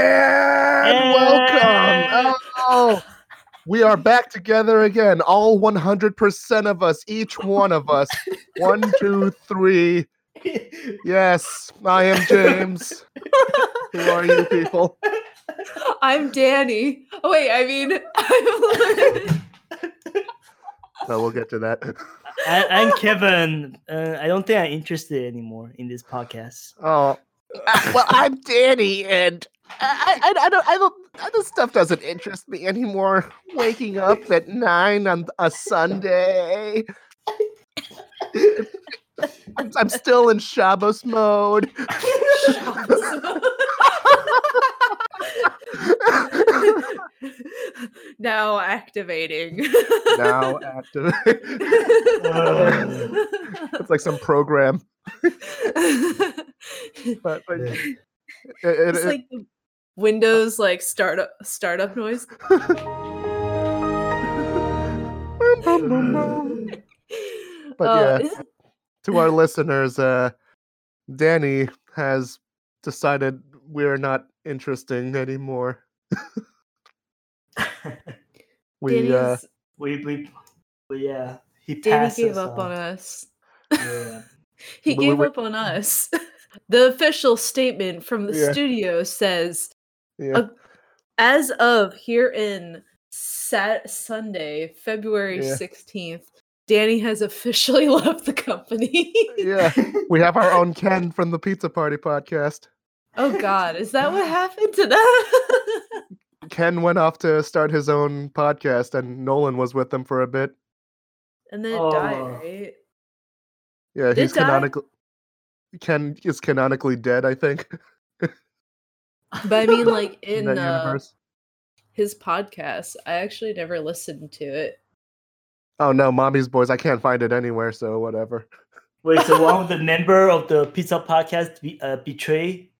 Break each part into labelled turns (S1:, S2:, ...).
S1: And welcome. Oh, we are back together again. All 100% of us, each one of us. One, two, three. Yes, I am James. Who are you people?
S2: I'm Danny. Oh wait, I mean, I'm
S1: No, we'll get to that.
S3: I, I'm Kevin. Uh, I don't think I'm interested anymore in this podcast.
S1: Oh, uh, well, I'm Danny, and I, I, I don't, I don't, I, this stuff doesn't interest me anymore. Waking up at nine on a Sunday. I'm, I'm still in Shabbos mode.
S2: now activating.
S1: Now active. it's like some program. But, but
S3: Yeah.
S1: it- it-
S2: it's
S1: it-
S2: like the Windows like startup startup noise.
S1: boom, boom, boom, boom. But yeah.
S2: Oh, this-
S1: to our listeners, uh, Danny has decided we're not interesting anymore. we uh,
S2: Danny's-
S3: we, we, we, yeah. He
S2: Danny
S3: passed
S2: gave
S3: us
S2: up on
S3: it.
S2: us.
S3: Yeah.
S2: He
S1: We- we-
S2: gave
S1: we-
S2: up on us. the official statement from the
S1: Yeah.
S2: studio says
S1: yeah,
S2: uh, as of here in Sat- Sunday, February
S1: Yeah.
S2: 16th, Danny has officially left the company.
S1: yeah, we have our own Ken from the Pizza Party podcast.
S2: oh god, is that what happened to that?
S1: Ken went off to start his own podcast, and Nolan was with him for a bit.
S2: and then it
S3: Oh.
S2: died, right?
S1: Yeah,
S2: Did
S1: he's
S2: die?
S1: canonically Ken is canonically dead, I think,
S2: But I mean like
S1: in
S2: in
S1: that
S2: uh,
S1: universe.
S2: his podcast, I actually never listened to it.
S1: Oh no, Mommy's Boys! I can't find it anywhere, so whatever.
S3: Wait, so one of the member of the pizza podcast be, uh, betray?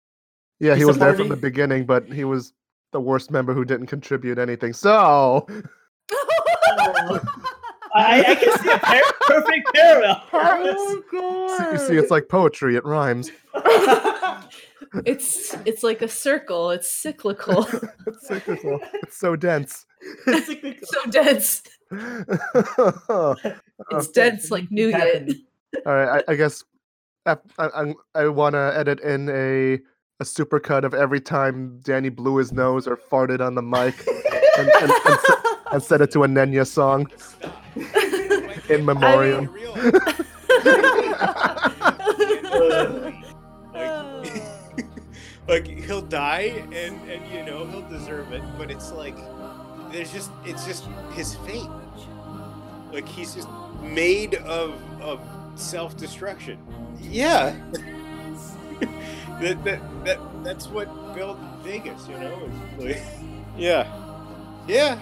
S1: Yeah, he
S3: Pizza
S1: was there from the
S3: Party?
S1: beginning, but he was the worst member who didn't contribute anything. So
S3: I, I can see a par- perfect parallel.
S2: Oh,
S1: See- you see, it's like poetry; it rhymes.
S2: it's it's like a circle, it's cyclical.
S1: It's, cyclical. It's so dense.
S2: so dense.
S1: All
S2: It's dense like nougat.
S1: right, I, I guess I, I, I want to edit in a a supercut of every time Danny blew his nose or farted on the mic, and, and, and, se- and set it to a Nenya song in memoriam.
S4: Uh,
S2: Oh.
S4: like he'll die and and you know he'll deserve it but it's like there's just it's just his fate like he's just made of of self-destruction yeah that, that that that's what built vegas you know it's like, yeah yeah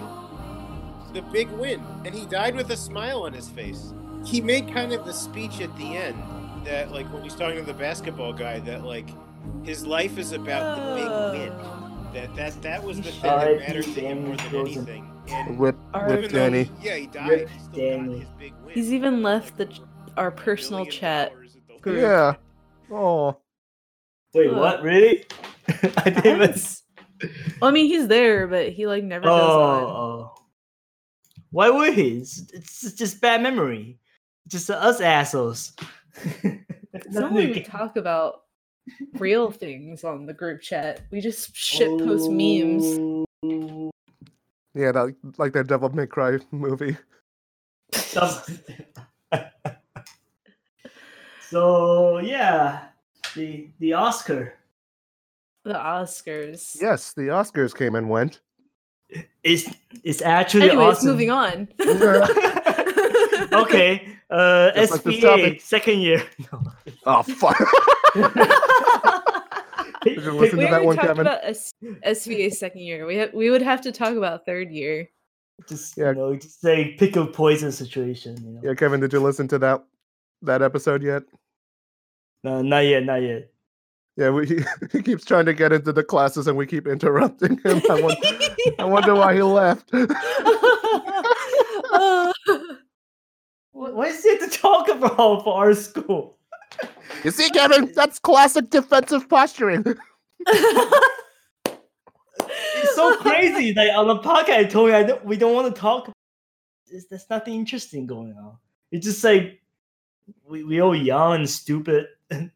S4: the big win and he died with a smile on his face he made kind of the speech at the end that like when he's talking to the basketball guy that like his life is about the
S2: Oh.
S4: big win that that that was the thing that
S3: R.I.P.
S4: mattered to him more than
S3: Danny Rosen.
S4: anything and
S1: With
S2: Alright.
S1: with
S4: even though
S1: Danny.
S4: he- yeah he died
S3: Rip
S4: he still
S3: Danny.
S4: got his big win
S2: He's even left the ch- our
S4: A
S2: personal
S4: million
S2: chat.
S4: dollars at the
S3: group.
S1: Yeah. Oh,
S3: Wait, what? Really? I didn't even. s-
S2: Well, I mean, he's there, but he like never
S3: Oh,
S2: goes on.
S3: oh. Why would he? It's, it's just bad memory. Just us assholes.
S2: We don't even talk about real things on the group chat. We just shit
S1: Oh.
S2: post memes.
S3: memes.
S1: yeah, that, like that Devil May Cry movie.
S3: so yeah, the the Oscar
S2: The Oscars.
S1: Yes, the Oscars came and went.
S3: is is actually
S2: Anyways,
S3: awesome.
S2: moving on.
S3: okay, uh,
S1: Just like this
S3: SBA
S1: topic.
S3: second year. No.
S1: Oh fuck! Did you listen
S2: we
S1: to that
S2: already
S1: one,
S2: talked
S1: Kevin?
S2: about S- SVA second year. We ha- we would have to talk about third year.
S3: Just
S1: Yeah.
S3: you know, just say pick a poison situation. You know,
S1: Yeah, Kevin, did you listen to that that episode yet?
S3: no, not yet, not yet.
S1: Yeah, we, he, he keeps trying to get into the classes and we keep interrupting him. I, won- I wonder why he left.
S3: Wh- What is there to talk about for our school?
S1: you see, Kevin, that's classic defensive posturing.
S3: crazy. Like on the podcast, I told you I don't, we don't want to talk. It's, there's nothing interesting going on. It's just like we we all young and stupid, and,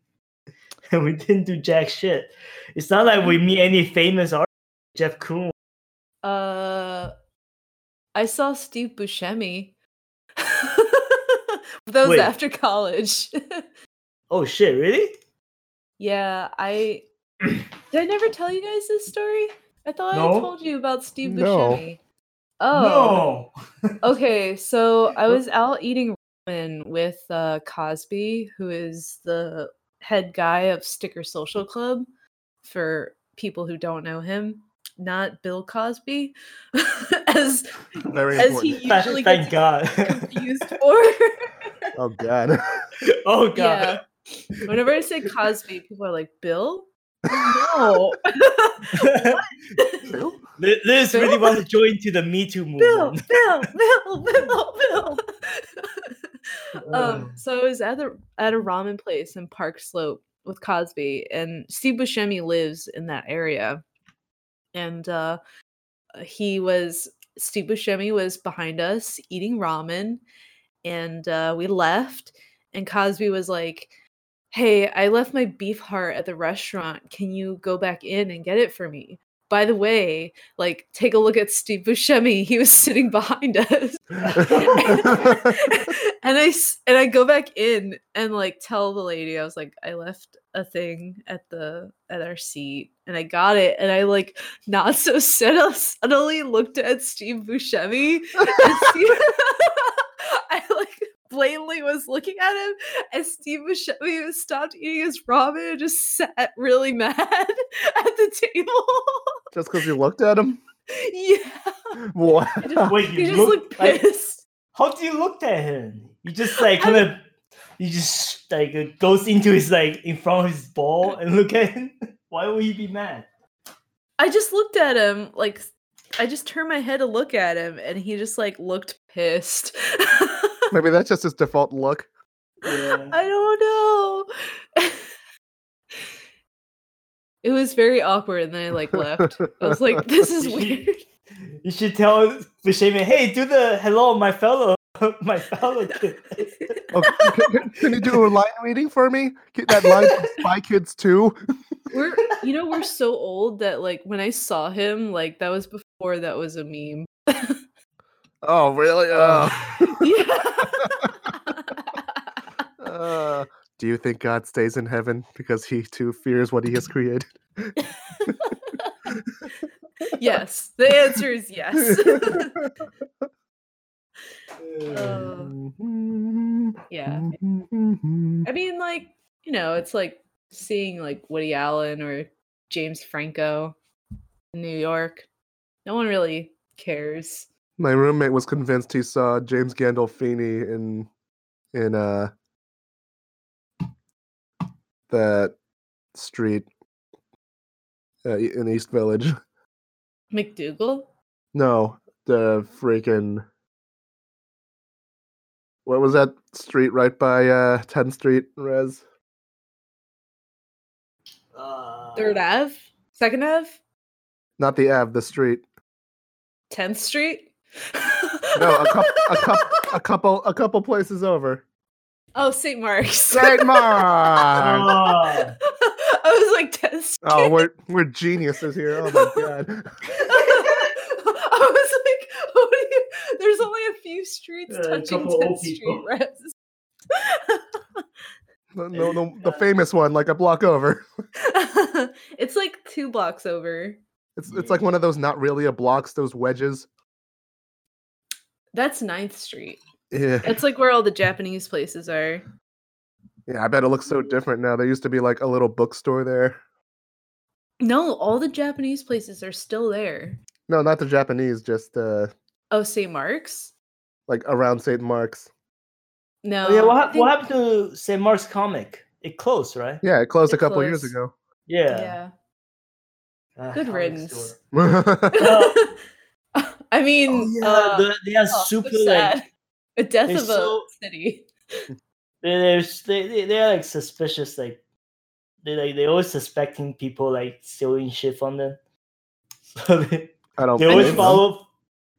S3: we didn't do jack shit. It's not like we meet any famous artist. Jeff Koons.
S2: Uh, I saw Steve Buscemi. that was
S3: Wait.
S2: after college.
S3: Oh shit! Really?
S2: yeah, I did. I never tell you guys this story. I thought
S3: No.
S2: I told you about Steve
S1: No.
S2: Buscemi. Oh, okay. So
S1: Oh.
S2: I was out eating ramen with uh, Cosby, who is the head guy of Sticker Social Club. For people who don't know him, not Bill Cosby, as
S1: Very
S2: as he
S1: important.
S3: Thank-
S2: usually
S3: Thank
S2: gets
S3: God.
S2: confused for.
S1: Oh god.
S3: oh God.
S2: Yeah. Whenever I say Cosby, people are like, Bill? No.
S3: Li- Liz really
S2: Bill?
S3: want to join to the Me Too
S2: Bill,
S3: movement.
S2: Bill, Bill, Bill, Bill. um, so I was at the at a ramen place in Park Slope with Cosby, and Steve Buscemi lives in that area, and uh, he was Steve Buscemi was behind us eating ramen, and uh, we left, and Cosby was like. Hey, I left my beef heart at the restaurant. Can you go back in and get it for me? By the way, like take a look at Steve Buscemi. He was sitting behind us. and I s- and I go back in and like tell the lady I was like I left a thing at the at our seat and I got it and I like not so subtle, subtly looked at Steve Buscemi and Steve, I like blatantly was looking at him and Steve Buscemi stopped eating his ramen and just sat really mad at the table.
S1: Just because you looked at him?
S2: yeah,
S1: What?
S3: Wait,
S2: he
S3: you
S2: just
S3: look,
S2: looked
S3: like,
S2: pissed.
S3: how do you look at him? You just like kind of, you just like uh, goes into his like in front of his ball and look at him. Why would he be mad?
S2: I just looked at him like I just turned my head to look at him and he just like looked pissed.
S1: Maybe that's just his default look.
S3: Yeah.
S2: I don't know. it was very awkward and then I like left. I was like this is
S3: You-
S2: weird.
S3: You should tell Buscemi, hey, do the hello, my fellow, my fellow kid.
S1: Oh, c- c- can, you do a line reading for me? Get that line from Spy Kids too.
S2: We're you know we're so old that like when I saw him like that was before that was a meme.
S1: Oh, really? Oh.
S2: Yeah.
S1: Uh, do you think God stays in heaven because he too fears what he has created?
S2: yes. The answer is yes. Uh,
S1: Mm-hmm.
S2: yeah. I mean, like, you know, it's like seeing like Woody Allen or James Franco in New York. No one really cares.
S1: My roommate was convinced he saw James Gandolfini in in uh that street uh, e- in East Village.
S2: McDougal?
S1: No, the freaking what was that street right by uh 10th Street, Rez?
S3: Uh,
S2: Third Ave? Second Ave?
S1: Not the Ave, the street.
S2: 10th Street?
S1: No, a, coup a, coup a couple, a couple places over.
S2: oh, St. Mark's.
S1: Saint Mark.
S3: Ah.
S2: I was like 10th Street.
S1: Oh, we're we're geniuses here. Oh my god.
S2: I was like, what are you? there's only a few streets
S3: Yeah, a
S2: touching
S3: couple old
S2: 10th Street,
S3: people.
S2: Rez.
S1: No, no, the,
S3: uh,
S1: the famous one, like a block over.
S2: it's like two blocks over.
S1: It's it's like one of those not really a blocks, those wedges.
S2: That's 9th Street.
S1: Yeah,
S2: That's like where all the Japanese places are.
S1: yeah. I bet it looks so different now. There used to be like a little bookstore there.
S2: No, all the Japanese places are still there.
S1: No, not the Japanese, just uh,
S2: Oh, St. Mark's?
S1: like around St. Mark's.
S2: No.
S3: Oh, yeah, what,
S2: I
S3: hap-
S2: think-
S3: what happened to St. Mark's comic? It closed, right?
S1: Yeah, it closed
S2: It
S1: a couple years
S2: closed.
S1: ago.
S3: Yeah.
S2: Yeah.
S3: Ah,
S2: Good
S3: comic
S2: riddance.
S3: store.
S2: I mean,
S3: Oh, yeah,
S2: uh,
S3: the- they are
S2: oh, so
S3: super
S2: sad.
S3: like
S2: the death
S3: they're
S2: of a
S3: so-
S2: city.
S3: they're, they they they're like suspicious like they like they're always suspecting people like stealing shit from them. So they,
S1: I don't.
S3: They always
S1: blame them.
S3: follow.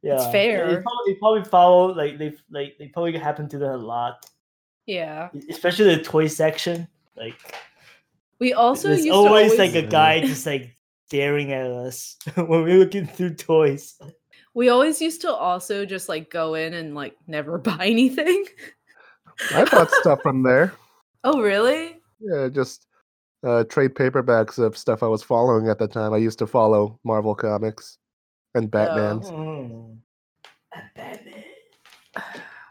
S3: Yeah,
S2: It's fair.
S3: They probably, they probably follow like they like they probably happen to them a lot, e,
S2: Yeah.
S3: especially the toy section. Like
S2: We also
S3: there's
S2: used to
S3: always,
S2: always
S3: like a
S1: Yeah.
S3: guy just like staring at us when we're looking through toys.
S2: we always used to also just like go in and like never buy anything.
S1: I bought stuff from there.
S2: Oh really?
S1: Yeah, just uh, trade paperbacks of stuff I was following at the time. I used to follow Marvel comics and Batman's.
S2: Oh.
S3: Mm. And Batman.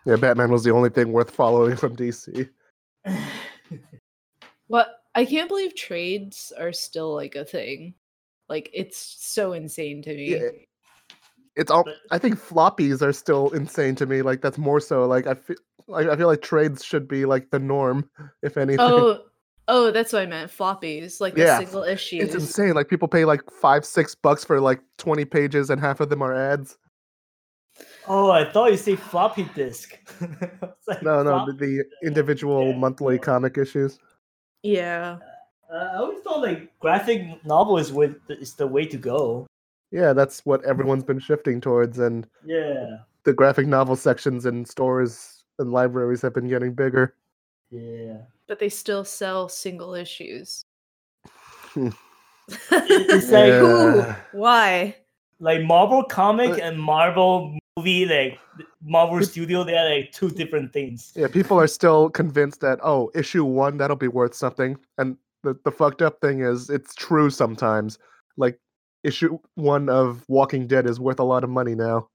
S1: Yeah, Batman was the only thing worth following from DC.
S2: What I can't believe trades are still like a thing. Like it's so insane to me.
S1: Yeah, it's all.
S3: But-
S1: I think floppies are still insane to me. Like that's more so. Like I feel. Like, I feel like trades should be like the norm, if anything.
S2: Oh, oh, that's what I meant. Floppies, like
S1: Yeah,
S2: the single
S1: it's
S2: issues.
S1: insane. Like people pay like five, six bucks for like twenty pages, and half of them are ads.
S3: Oh, I thought you say floppy disk. It's like
S1: No, no,
S3: flop-
S1: the, the individual
S3: Yeah.
S1: monthly comic issues.
S2: Yeah.
S3: Uh, I always thought like graphic novel is with is the way to go.
S1: Yeah, that's what everyone's been shifting towards, and
S3: Yeah,
S1: the graphic novel sections in stores and libraries have been getting bigger.
S3: yeah.
S2: But they still sell single issues.
S1: Hmm. uh,
S3: It's
S2: Who?
S3: like
S1: Yeah.
S2: Why?
S3: like Marvel comic
S1: But-
S3: and Marvel movie, like Marvel Studio, they are like two different things.
S1: Yeah, people are still convinced that oh, issue one that'll be worth something, and the the fucked up thing is it's true sometimes. Like issue one of Walking Dead is worth a lot of money now.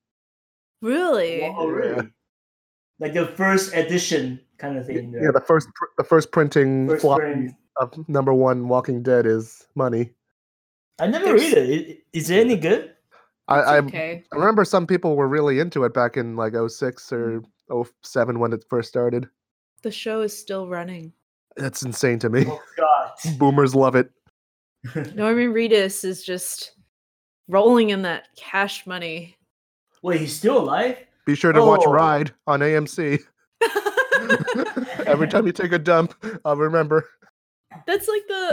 S2: Really?
S3: Wow, really? Like the first edition kind of
S1: Y-
S3: thing.
S1: Yeah, the first pr- the first printing
S3: First
S1: floppy
S3: print.
S1: of number one Walking Dead is money.
S3: I never
S2: There's-
S3: read it. I- Is it any good?
S2: It's
S1: I, I
S2: okay.
S1: I remember some people were really into it back in like 06 or 07 when it first started.
S2: The show is still running.
S1: That's insane to me.
S3: Oh God!
S1: Boomers love it.
S2: Norman Reedus is just rolling in that cash money.
S3: Wait, he's still alive?
S1: Be sure to watch
S3: Oh.
S1: Ride on AMC. Every time you take a dump, I'll remember.
S2: That's like the.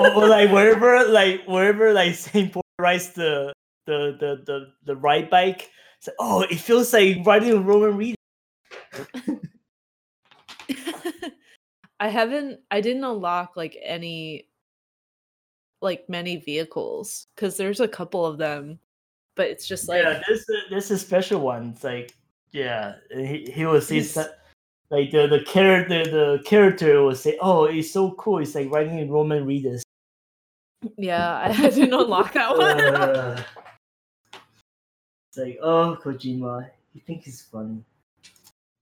S3: or, or like wherever, like wherever, like Saint Paul rides the the the the the ride bike. It's like, oh, it feels like riding a Roman Reed.
S2: I haven't I didn't unlock like any like many vehicles cuz there's a couple of them but it's just like
S3: yeah, this is- this is special one. It's like yeah, and he he will say
S2: He's-
S3: so- like the the character the character will say, oh, it's so cool. It's like writing in Roman Reedus.
S2: yeah, I I didn't unlock that one.
S3: Uh, it's like oh, Kojima, you think he's funny?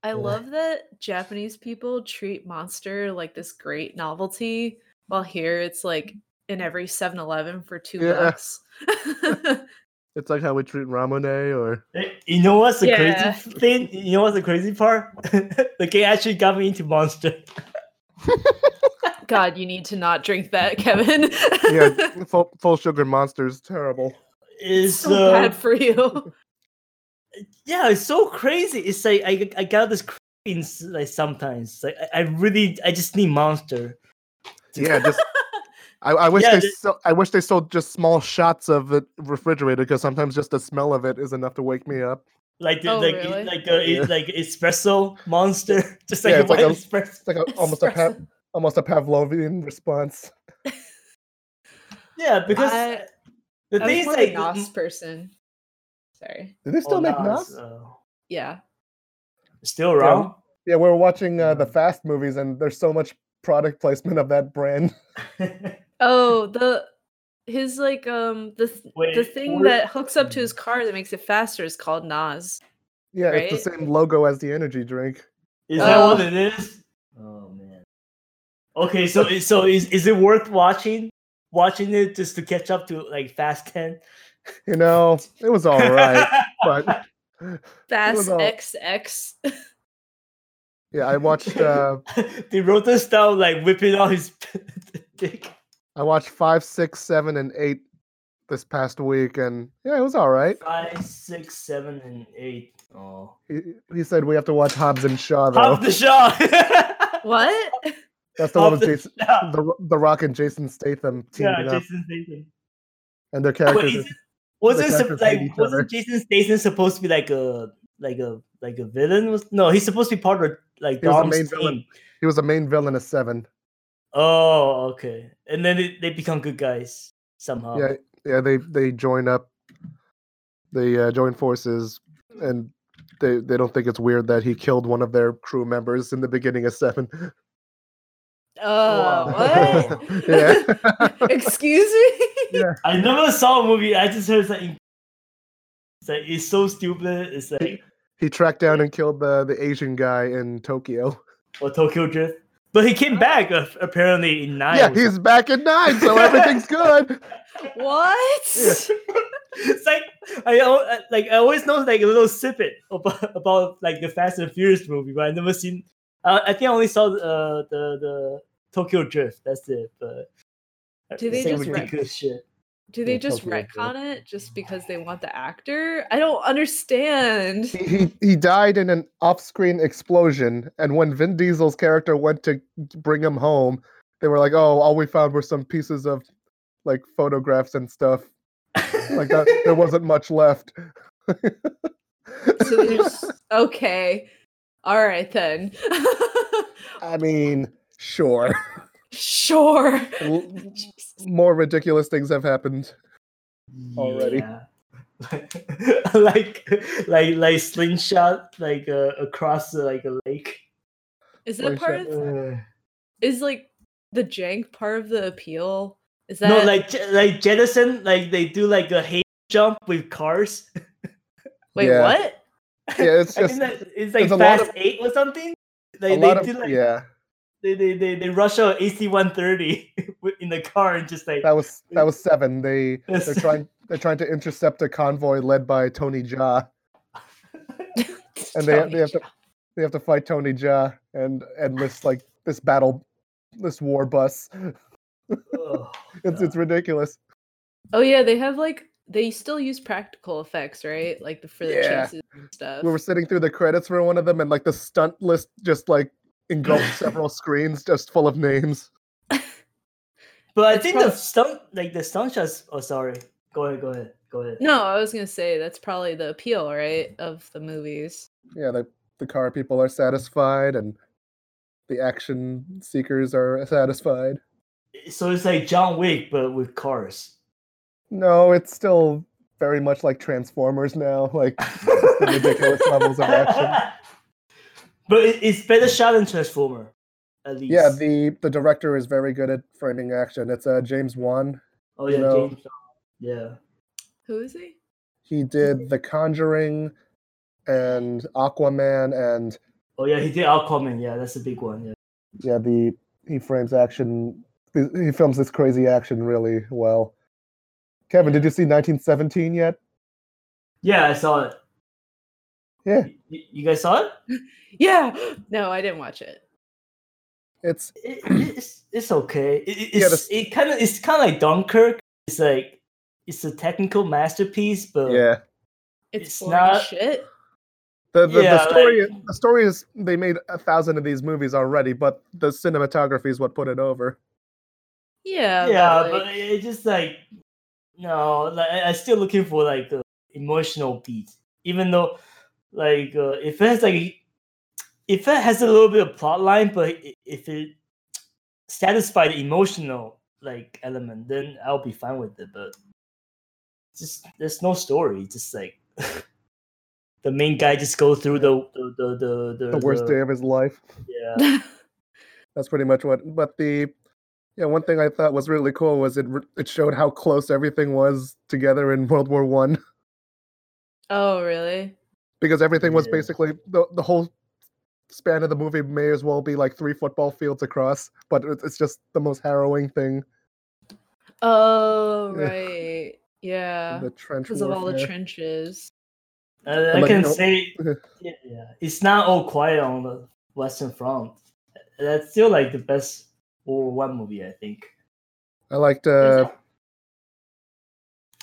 S2: I love that Japanese people treat Monster like this great novelty while here it's like in every 7-Eleven for 2
S1: Yeah.
S2: bucks.
S1: It's like how we treat Ramune or
S3: Eh, You know what's the
S2: Yeah.
S3: crazy thing? You know what's the crazy part? the game actually got me into Monster.
S2: God, you need to not drink that, Kevin.
S1: yeah, full, full sugar monsters. Terrible.
S3: Is
S2: so bad for you.
S3: yeah, it's so crazy. It's like I I got this cravings like sometimes. Like I, I really I just need Monster.
S1: Yeah, just. I, I wish
S3: Yeah,
S1: they
S3: the-
S1: sell, I wish they sold just small shots of it refrigerated because sometimes just the smell of it is enough to wake me up.
S3: like the,
S2: Oh,
S3: like
S2: really?
S3: it, like a,
S1: Yeah.
S3: it, like espresso monster, just like
S1: Yeah,
S3: a
S1: it's like a-
S3: white espresso.
S1: It's like a, almost a pa-
S2: Espresso.
S1: almost a Pavlovian response.
S3: Yeah, because
S2: I-
S3: the
S2: I was
S3: thing is
S2: more of a
S3: like mm,
S2: Nos person. Sorry.
S1: Do they still
S3: oh,
S1: make
S3: Nas,
S1: knots?
S3: uh,
S2: Yeah.
S3: still wrong.
S1: Yeah, we were watching uh, the
S3: Yeah.
S1: Fast movies, and there's so much product placement of that brand.
S2: Oh, the his like um the th- the
S3: Wait,
S2: thing
S3: what-
S2: that hooks up to his car that makes it faster is called Nas.
S1: Yeah, it's the
S2: Right?
S1: same logo as the energy drink.
S3: is that what
S2: Oh.
S3: it is? Oh man. Okay, so i- so is is it worth watching? Watching it just to catch up to like Fast Ten.
S1: You know, it was all right, but
S2: Fast
S1: all-
S2: XX.
S1: yeah, I watched uh,
S3: they wrote this down like whipping out his dick.
S1: I watched five, six, seven, and eight this past week, and yeah, it was all right.
S3: Five, six, seven, and eight. Oh.
S1: He, he said we have to watch Hobbs and Shaw though.
S3: Pop the shot.
S2: What?
S1: That's the one
S3: Pop
S1: with
S3: the
S1: Jason,
S3: shot.
S1: the, Ro- the Rock and Jason Statham teaming
S3: Yeah,
S1: up,
S3: Jason Statham.
S1: and their
S3: Wait,
S1: characters.
S3: is it, Wasn't
S1: The
S3: sup-
S1: characters hate
S3: like
S1: each other.
S3: wasn't Jason Statham supposed to be like a like a like a villain? Was no, he's supposed to be part of like
S1: He was the
S3: Dom's
S1: main
S3: team.
S1: villain. He was a main villain of seven.
S3: Oh, okay. And then it, they become good guys somehow.
S1: Yeah, yeah. They they join up. They uh, join forces, and they they don't think it's weird that he killed one of their crew members in the beginning of seven.
S2: Oh, what?
S1: yeah.
S2: Excuse me?
S3: I never saw a movie. I just heard it's like, it's like it's so stupid. It's like
S1: he tracked down and killed the the Asian guy in Tokyo.
S3: or Tokyo Drift. But he came back uh, apparently in nine.
S1: yeah, he's back at nine, so everything's good.
S2: what?
S3: it's like I al- I- like I always know like a little snippet about, about like the Fast and Furious movie, but I never seen. Uh, I think I only saw uh, the the Tokyo Drift. That's it. But
S2: Do they
S3: same
S2: just wreck-
S3: ridiculous shit?
S2: Do they
S3: Yeah,
S2: just
S3: Tokyo Drift.
S2: retcon it just because they want the actor? I don't understand.
S1: He, he he died in an off-screen explosion, and when Vin Diesel's character went to bring him home, they were like, "Oh, all we found were some pieces of like photographs and stuff. Like that, there wasn't much left."
S2: So they're just- okay. All right then.
S1: I mean, sure,
S2: sure.
S1: L- more ridiculous things have happened. Already.
S3: Yeah. like like like slingshot like uh, across uh, like a lake.
S2: Is
S1: Or
S2: that part
S1: shut-
S2: of
S3: Uh,
S2: is like the jank part of the appeal? Is that
S3: no, like Je- like jettison like they do like a hay jump with cars.
S2: wait
S1: Yeah.
S2: what?
S1: Yeah, it's
S3: I
S1: just
S3: think that it's like
S1: there's a lot
S3: Fast
S1: of-
S3: Eight or something.
S1: a
S3: They they
S1: lot of
S3: do like
S1: yeah.
S3: they, they they they rush out AC one thirty in the car and just like
S1: That was that was seven. They they're
S3: Yes.
S1: trying they're trying to intercept a convoy led by Tony Ja. And they-
S2: Tony
S1: they have to-
S2: Jaa.
S1: They have to fight Tony Ja and and this like this battle this war bus.
S3: oh,
S1: It's
S3: Yeah.
S1: it's ridiculous.
S2: Oh yeah, they have like they still use practical effects, right? Like the, for the
S1: Yeah.
S2: chases and stuff.
S1: We were sitting through the credits for one of them and like the stunt list just like engulfed several screens just full of names.
S3: But I
S2: It's
S3: think
S2: prob-
S3: the stunt like the stunt shots. Oh, sorry. Go ahead. Go ahead. Go ahead.
S2: No, I was gonna say that's probably the appeal, right, of the movies.
S1: Yeah, the the car people are satisfied and the action seekers are satisfied.
S3: So it's like John Wick but with cars.
S1: No, it's still very much like Transformers now. Like ridiculous levels of action.
S3: But it, it's better shot than Transformer, at least.
S1: yeah, the the director is very good at framing action. It's uh, James Wan.
S3: oh
S1: you
S3: yeah,
S1: know.
S3: James. Yeah.
S2: Who is he?
S1: He did The Conjuring and Aquaman and
S3: Oh yeah, he did Aquaman. Yeah, that's a big one. Yeah.
S1: yeah, the he frames action he he films this crazy action really well. Kevin, did you see 1917 yet?
S3: Yeah, I saw it.
S1: Yeah.
S3: You, you guys saw it?
S2: Yeah. No, I didn't watch it.
S1: It's
S3: it it's, it's okay. It, it-
S1: Yeah,
S3: it's it kind of it's kind of like Dunkirk. It's like it's a technical masterpiece, but
S1: yeah.
S2: It's,
S3: It's
S2: boring
S3: not-
S2: shit.
S1: The, the,
S3: Yeah,
S1: the story the story is they made a thousand of these movies already, but the cinematography is what put it over.
S2: Yeah.
S3: yeah,
S2: but,
S3: but
S2: like,
S3: it- it's just like no, like I- I'm still looking for like the emotional beat, even though like uh, if it has like if it has a little bit of plot line, but i- if it satisfy the emotional like element, then I'll be fine with it. But just there's no story, just like. The main guy just goes through the the the the,
S1: The worst day of his life.
S3: Yeah.
S1: That's pretty much what. But the yeah, one thing I thought was really cool was it re- it showed how close everything was together in World War One
S2: oh really?
S1: because everything was
S3: Yeah.
S1: basically the the whole span of the movie may as well be like three football fields across. But it- it's just the most harrowing thing.
S2: Oh
S1: Yeah.
S2: right. Yeah.
S1: the trench
S2: Because of all the
S1: warfare.
S2: trenches.
S3: Uh, I
S1: Like,
S3: can
S1: no-
S3: say, yeah, yeah, it's not all quiet on the Western Front. That's still like the best World War One movie, I think.
S1: I liked uh,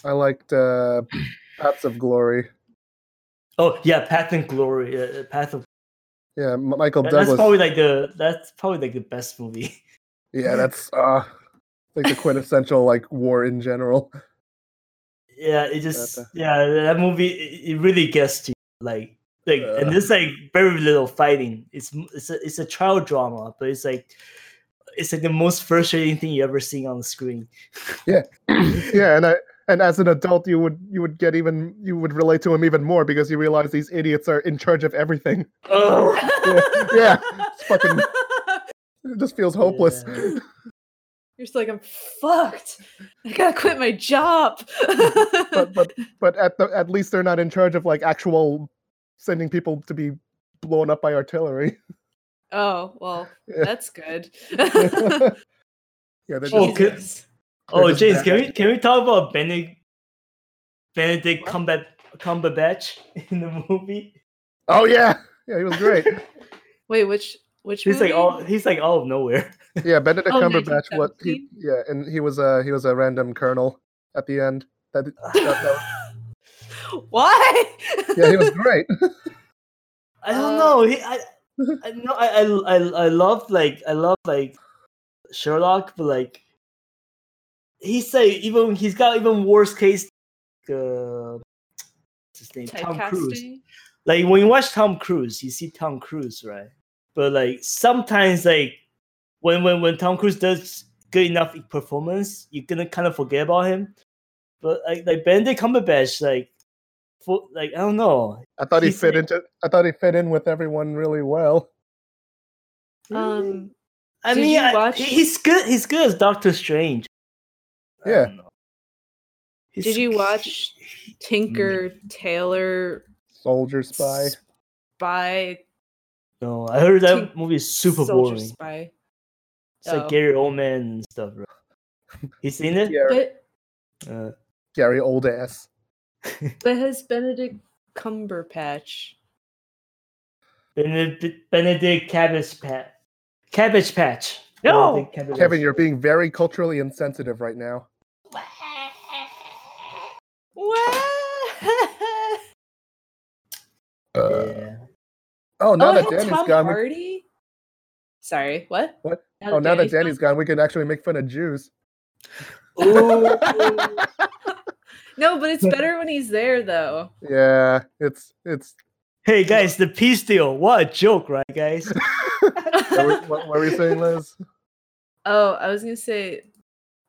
S1: I liked uh, Paths of Glory.
S3: Oh yeah, Path and Glory, uh, uh, Path of.
S1: Yeah, M- Michael
S3: Oh, that-
S1: Douglas.
S3: That's probably like the that's probably like the best movie.
S1: yeah, that's uh, like the quintessential like war in general.
S3: yeah, it just
S1: Okay.
S3: yeah that movie it, it really gets to you. like like and
S1: Yeah.
S3: there's like very little fighting. It's m- it's a it's a child drama, but it's like it's like the most frustrating thing you ever seen on the screen.
S1: Yeah. yeah, and I and as an adult, you would you would get even you would relate to him even more because you realize these idiots are in charge of everything.
S3: Oh,
S1: Yeah, yeah, it's fucking- It just feels hopeless.
S3: Yeah.
S2: You're just like, I'm fucked. I gotta quit my job.
S1: But but but at the at least they're not in charge of like actual sending people to be blown up by artillery.
S2: oh, well,
S1: Yeah.
S2: that's good.
S1: yeah, they're just,
S3: Oh, good.
S2: Jesus.
S3: oh,
S1: just
S3: James,
S1: bad.
S3: can we can we talk about Benedict Benedict Cumber Cumberbatch in the movie?
S1: oh yeah, yeah, he was great.
S2: Wait, which which
S3: He's
S2: movie?
S3: like all he's like out of nowhere.
S1: Yeah, Benedict
S2: Oh,
S1: Cumberbatch. What? He,
S2: 1917?
S1: yeah, and he was a he was a random colonel at the end. That, that- that-
S3: "Oh."
S2: Why?
S1: yeah, he was great.
S3: I don't
S2: Uh,
S3: know. He, I, I know. I, I, I, I love like I love like Sherlock, but like he's like even he's got even worse case. Uh, what's his name? Tom Cruise.
S2: Typecasting.
S3: Like when you watch Tom Cruise, you see Tom Cruise, right? But like sometimes, like when when when Tom Cruise does good enough performance, you're gonna kind of forget about him. But like like Benedict Cumberbatch, like for like I don't know.
S1: I thought he
S3: He's
S1: fit
S3: like-
S1: into. I thought he fit in with everyone really well.
S2: Um,
S3: I
S2: Did
S3: mean,
S2: you
S3: I-
S2: watch-
S3: he- he's good. He's good as Doctor Strange. I
S1: Yeah.
S3: don't know. He's-
S2: did you watch Tinker Taylor
S1: Soldier Mm. spy.
S2: Spy?
S3: No, I heard
S2: Tin-
S3: that movie is super
S2: Soldier
S3: boring.
S2: Spy.
S3: It's like
S2: Oh.
S3: Gary Oldman and stuff. Right? You seen it?
S1: Gary,
S2: But
S3: Uh,
S1: Gary old ass.
S2: but has Benedict Cumberpatch?
S3: Benedict, Benedict Cabbage Patch. Cabbage Patch.
S2: No!
S3: Benedict Cabbage
S1: Kevin,
S3: Patch.
S1: you're being very culturally insensitive right now.
S2: What?
S3: Yeah.
S1: oh, now
S2: oh,
S1: that
S2: it had
S1: Danny's
S2: Tom
S1: gone, we,
S2: Hardy. Sorry, what?
S1: What? oh, now that Danny's
S2: gone-
S1: gone, we can actually make fun of Jews.
S2: No, but it's better when he's there, though.
S1: Yeah, it's it's.
S3: Hey guys, the peace deal. What a joke, right, guys?
S1: What were, what were you saying, Liz?
S2: oh, I was gonna say,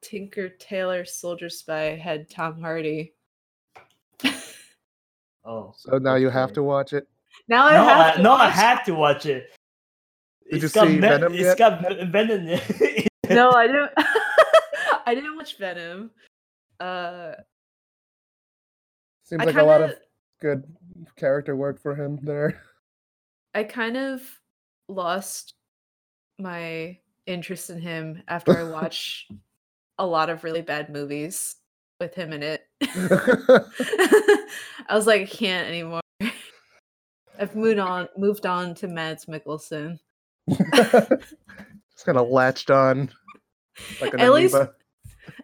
S2: Tinker Tailor Soldier Spy had Tom Hardy.
S3: Oh
S1: So now you have
S3: Okay.
S1: to watch it.
S2: Now I
S3: no,
S2: have.
S3: I,
S2: to
S3: no, I
S2: watch-
S3: have to watch it.
S1: Did you
S3: It's got
S1: see
S3: Ven-
S1: Venom yet?
S3: It's got Ven- Venom. in it.
S2: No, I didn't. I didn't watch Venom. Uh,
S1: Seems
S2: I
S1: like
S2: kind
S1: a lot of
S2: of.
S1: good character work for him there.
S2: I kind of lost my interest in him after I watched a lot of really bad movies with him in it. I was like, I can't anymore. I've moved on moved on to Mads Mikkelsen.
S1: Just kind of latched on like an
S2: At least-
S1: amoeba.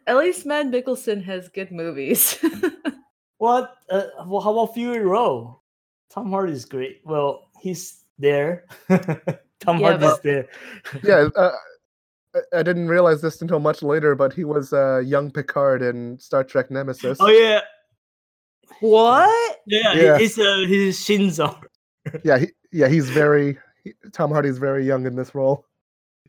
S2: At least Mad Mikkelsen has good movies.
S3: What? Uh, well, how about Fury Row? Tom Hardy's great. Well, he's there. Tom
S2: Yeah,
S3: Hardy's
S2: but-
S3: there.
S1: Yeah, uh, I, I didn't realize this until much later, but he was uh, young Picard in Star Trek Nemesis.
S3: Oh yeah,
S2: what?
S3: yeah.
S1: Yeah.
S3: He's uh, he's Shinzo.
S1: yeah, he, yeah, he's very he, Tom Hardy's very young in this role.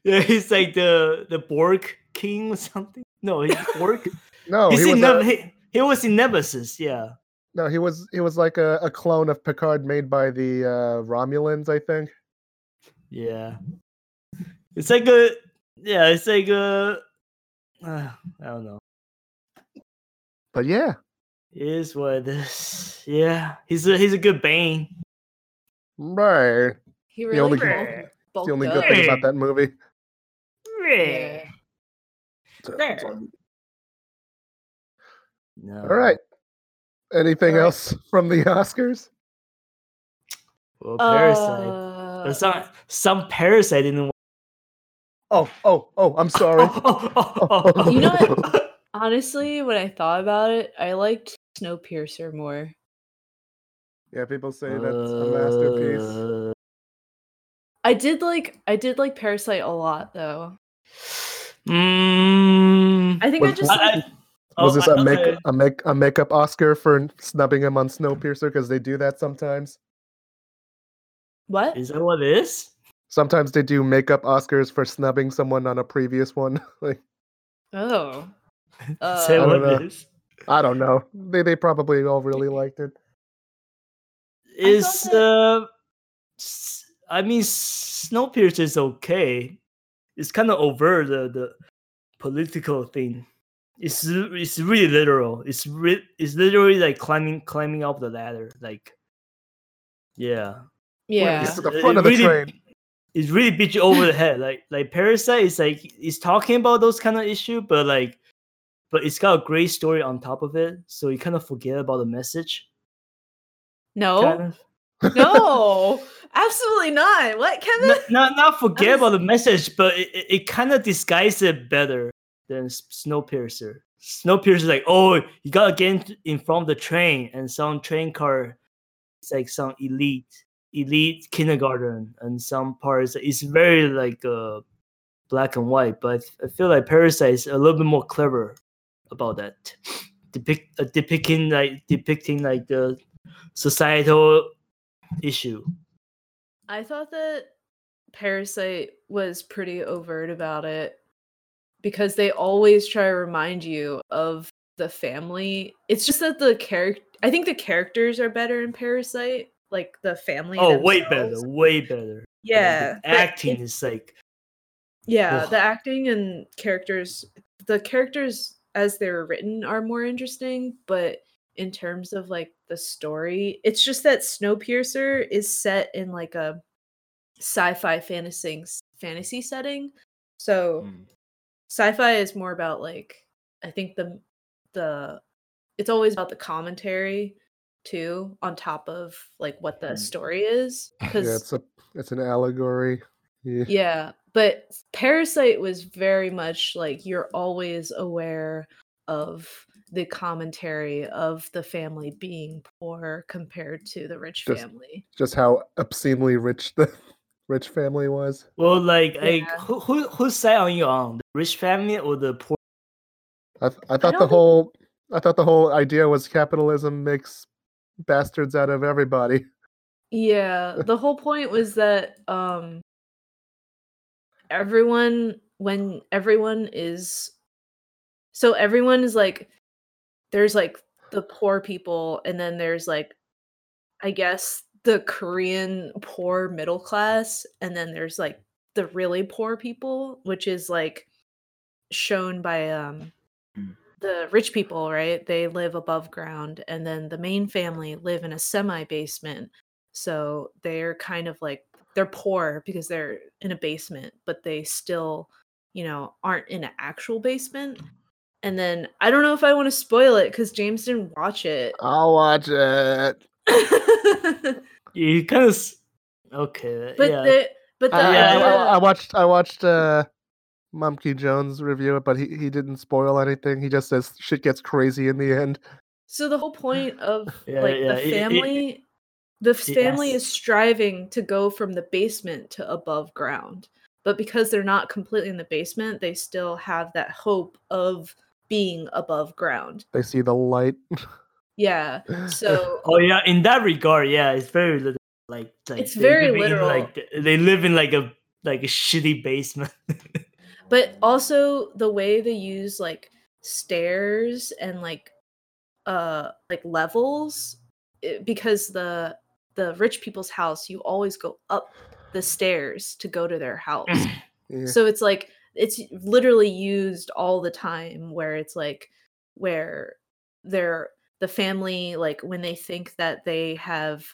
S3: Yeah, he's like the the Borg King or something. No, he's Borg.
S1: No,
S3: he's
S1: Oh, he
S3: in
S1: was uh,
S3: Neb-
S1: a,
S3: he, he was in Nemesis. Yeah.
S1: no, he was he was like a, a clone of Picard made by the uh, Romulans, I think.
S3: Yeah. It's like a yeah, it's like a uh, I don't know.
S1: But yeah,
S3: It is what it is. Yeah. He's a he's a good Bane.
S1: right.
S2: He
S1: The only
S2: really
S1: good- It's
S2: bulked, bulked
S1: the only
S2: up.
S1: good thing about that movie.
S2: Yeah.
S1: So-
S3: There.
S1: so-
S3: No.
S1: All right. Anything
S2: All right.
S1: else from the Oscars?
S3: Well Parasite.
S2: Uh,
S3: But some some Parasite didn't
S1: Oh, oh, oh! I'm sorry.
S2: oh, You know honestly, when I thought about it, I liked Snowpiercer more.
S1: yeah, people say that's a masterpiece.
S3: Uh,
S2: I did like I did like Parasite a lot though.
S3: mm,
S2: I think I
S1: Was-
S2: just
S3: I,
S2: like,
S3: I-
S1: Was
S3: Oh,
S1: this
S3: I
S1: a
S3: thought
S1: make
S3: they-
S1: a make a makeup Oscar for snubbing him on Snowpiercer because they do that sometimes?
S2: What?
S3: Is that what it is?
S1: Sometimes they do makeup Oscars for snubbing someone on a previous one. like
S2: Oh.
S3: Is that
S1: I
S2: Uh,
S1: don't
S3: what it
S1: know.
S3: is?
S1: I don't know. They they probably all really liked it.
S3: Is
S2: that-
S3: uh, s- I mean, Snowpiercer is okay. It's kind of over the the political thing. It's l- it's really literal. It's re- it's literally like climbing climbing up the ladder. Like, yeah.
S2: yeah.
S1: It's at the
S3: It-
S1: front
S3: it
S1: of the
S3: really-
S1: train.
S3: it really beat you over the head. Like like Parasite is like it's talking about those kind of issue, but like but it's got a great story on top of it, so you kind of forget about the message. kind
S2: No.
S3: of.
S2: No. Absolutely not. What, Kevin?
S3: Not, not not forget
S2: I'm
S3: about the message, but it, it, it kind of disguises it better than S- Snowpiercer. Snowpiercer is like, oh, you gotta get in- in front of the train, and some train car is like some elite elite kindergarten, and some parts it's very like uh, black and white. But I feel like Parasite is a little bit more clever about that, depict uh, depicting like depicting like the societal issue.
S2: I thought that Parasite was pretty overt about it because they always try to remind you of the family. It's just that the character, I think the characters are better in Parasite, like the family.
S3: Oh, way better,
S2: themselves.
S3: way better. But, like,
S2: Yeah,
S3: the
S2: but
S3: acting
S2: it-
S3: is like
S2: yeah,
S3: Ugh.
S2: the acting and characters, the characters as they were written are more interesting, but in terms of like the story, it's just that Snowpiercer is set in like a sci-fi fantasy fantasy setting. So sci-fi is more about like I think the the it's always about the commentary too on top of like what the
S3: Mm.
S2: story is because
S1: Yeah, it's a it's an allegory. Yeah.
S2: yeah, but Parasite was very much like you're always aware of the commentary of the family being poor compared to the rich
S1: Just-
S2: family.
S1: Just how obscenely rich the rich family was.
S3: well, like like
S2: Yeah.
S3: who who whose side are you on? The rich family or the poor?
S1: I th- I thought
S2: don't
S1: the
S2: think-
S1: whole I thought the whole idea was capitalism makes bastards out of everybody.
S2: Yeah, the whole point was that um everyone when everyone is so everyone is like there's like the poor people and then there's like I guess the Korean poor middle class and then there's like the really poor people which is like shown by um
S3: Mm.
S2: the rich people, right? They live above ground and then the main family live in a semi basement so they're kind of like they're poor because they're in a basement, but they still, you know, aren't in an actual basement. And then I don't know if I want to spoil it because James didn't watch it.
S1: I'll watch it.
S2: but
S3: You kind of okay. yeah. Uh,
S2: the but the
S1: I, I- I-
S2: idea-
S1: I watched I watched uh Mumkey Jones review it, but he, he didn't spoil anything. He just says shit gets crazy in the end.
S2: so the whole point of
S3: Yeah,
S2: like
S3: yeah, it-
S2: the
S3: it-
S2: family the f-
S3: Yes.
S2: family is striving to go from the basement to above ground. But because they're not completely in the basement, they still have that hope of being above ground.
S1: They see the light.
S2: Yeah. So
S3: oh yeah, in that regard, yeah, it's very lit- like like
S2: It's
S3: they
S2: very
S3: live in,
S2: literal.
S3: Like th- they live in like a like a shitty basement.
S2: but also the way they use like stairs and like uh like levels it, because the the rich people's house you always go up the stairs to go to their house
S1: Yeah.
S2: so it's like it's literally used all the time where it's like where they're the family like when they think that they have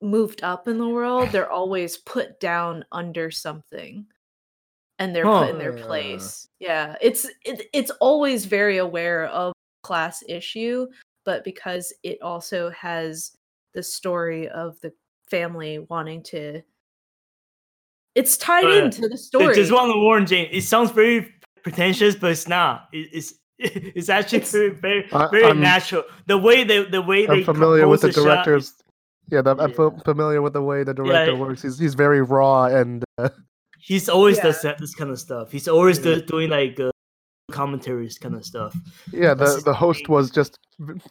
S2: moved up in the world, they're always put down under something and they're put in their
S1: Huh.
S2: place. Yeah. It's it, it's always very aware of class issue, but because it also has the story of the family wanting to it's tied
S3: Uh,
S2: into the
S3: I
S2: story.
S3: just want to warn James. It sounds very pretentious, but it's not. It, it's it's actually
S2: It's-
S3: very very,
S1: I-
S3: very
S1: I'm-
S3: natural. The way they the way they
S1: I'm familiar with the
S3: compose shot
S1: director's.
S3: is-
S1: yeah, the, I'm fa-
S3: Yeah.
S1: familiar with the way the director
S3: it-
S1: works. He's he's very raw and uh,
S3: He's always
S2: Yeah.
S3: does that this kind of stuff. He's always
S1: Yeah.
S3: do- doing like uh, commentaries kind of stuff.
S1: Yeah, the,
S3: That's
S1: the host was just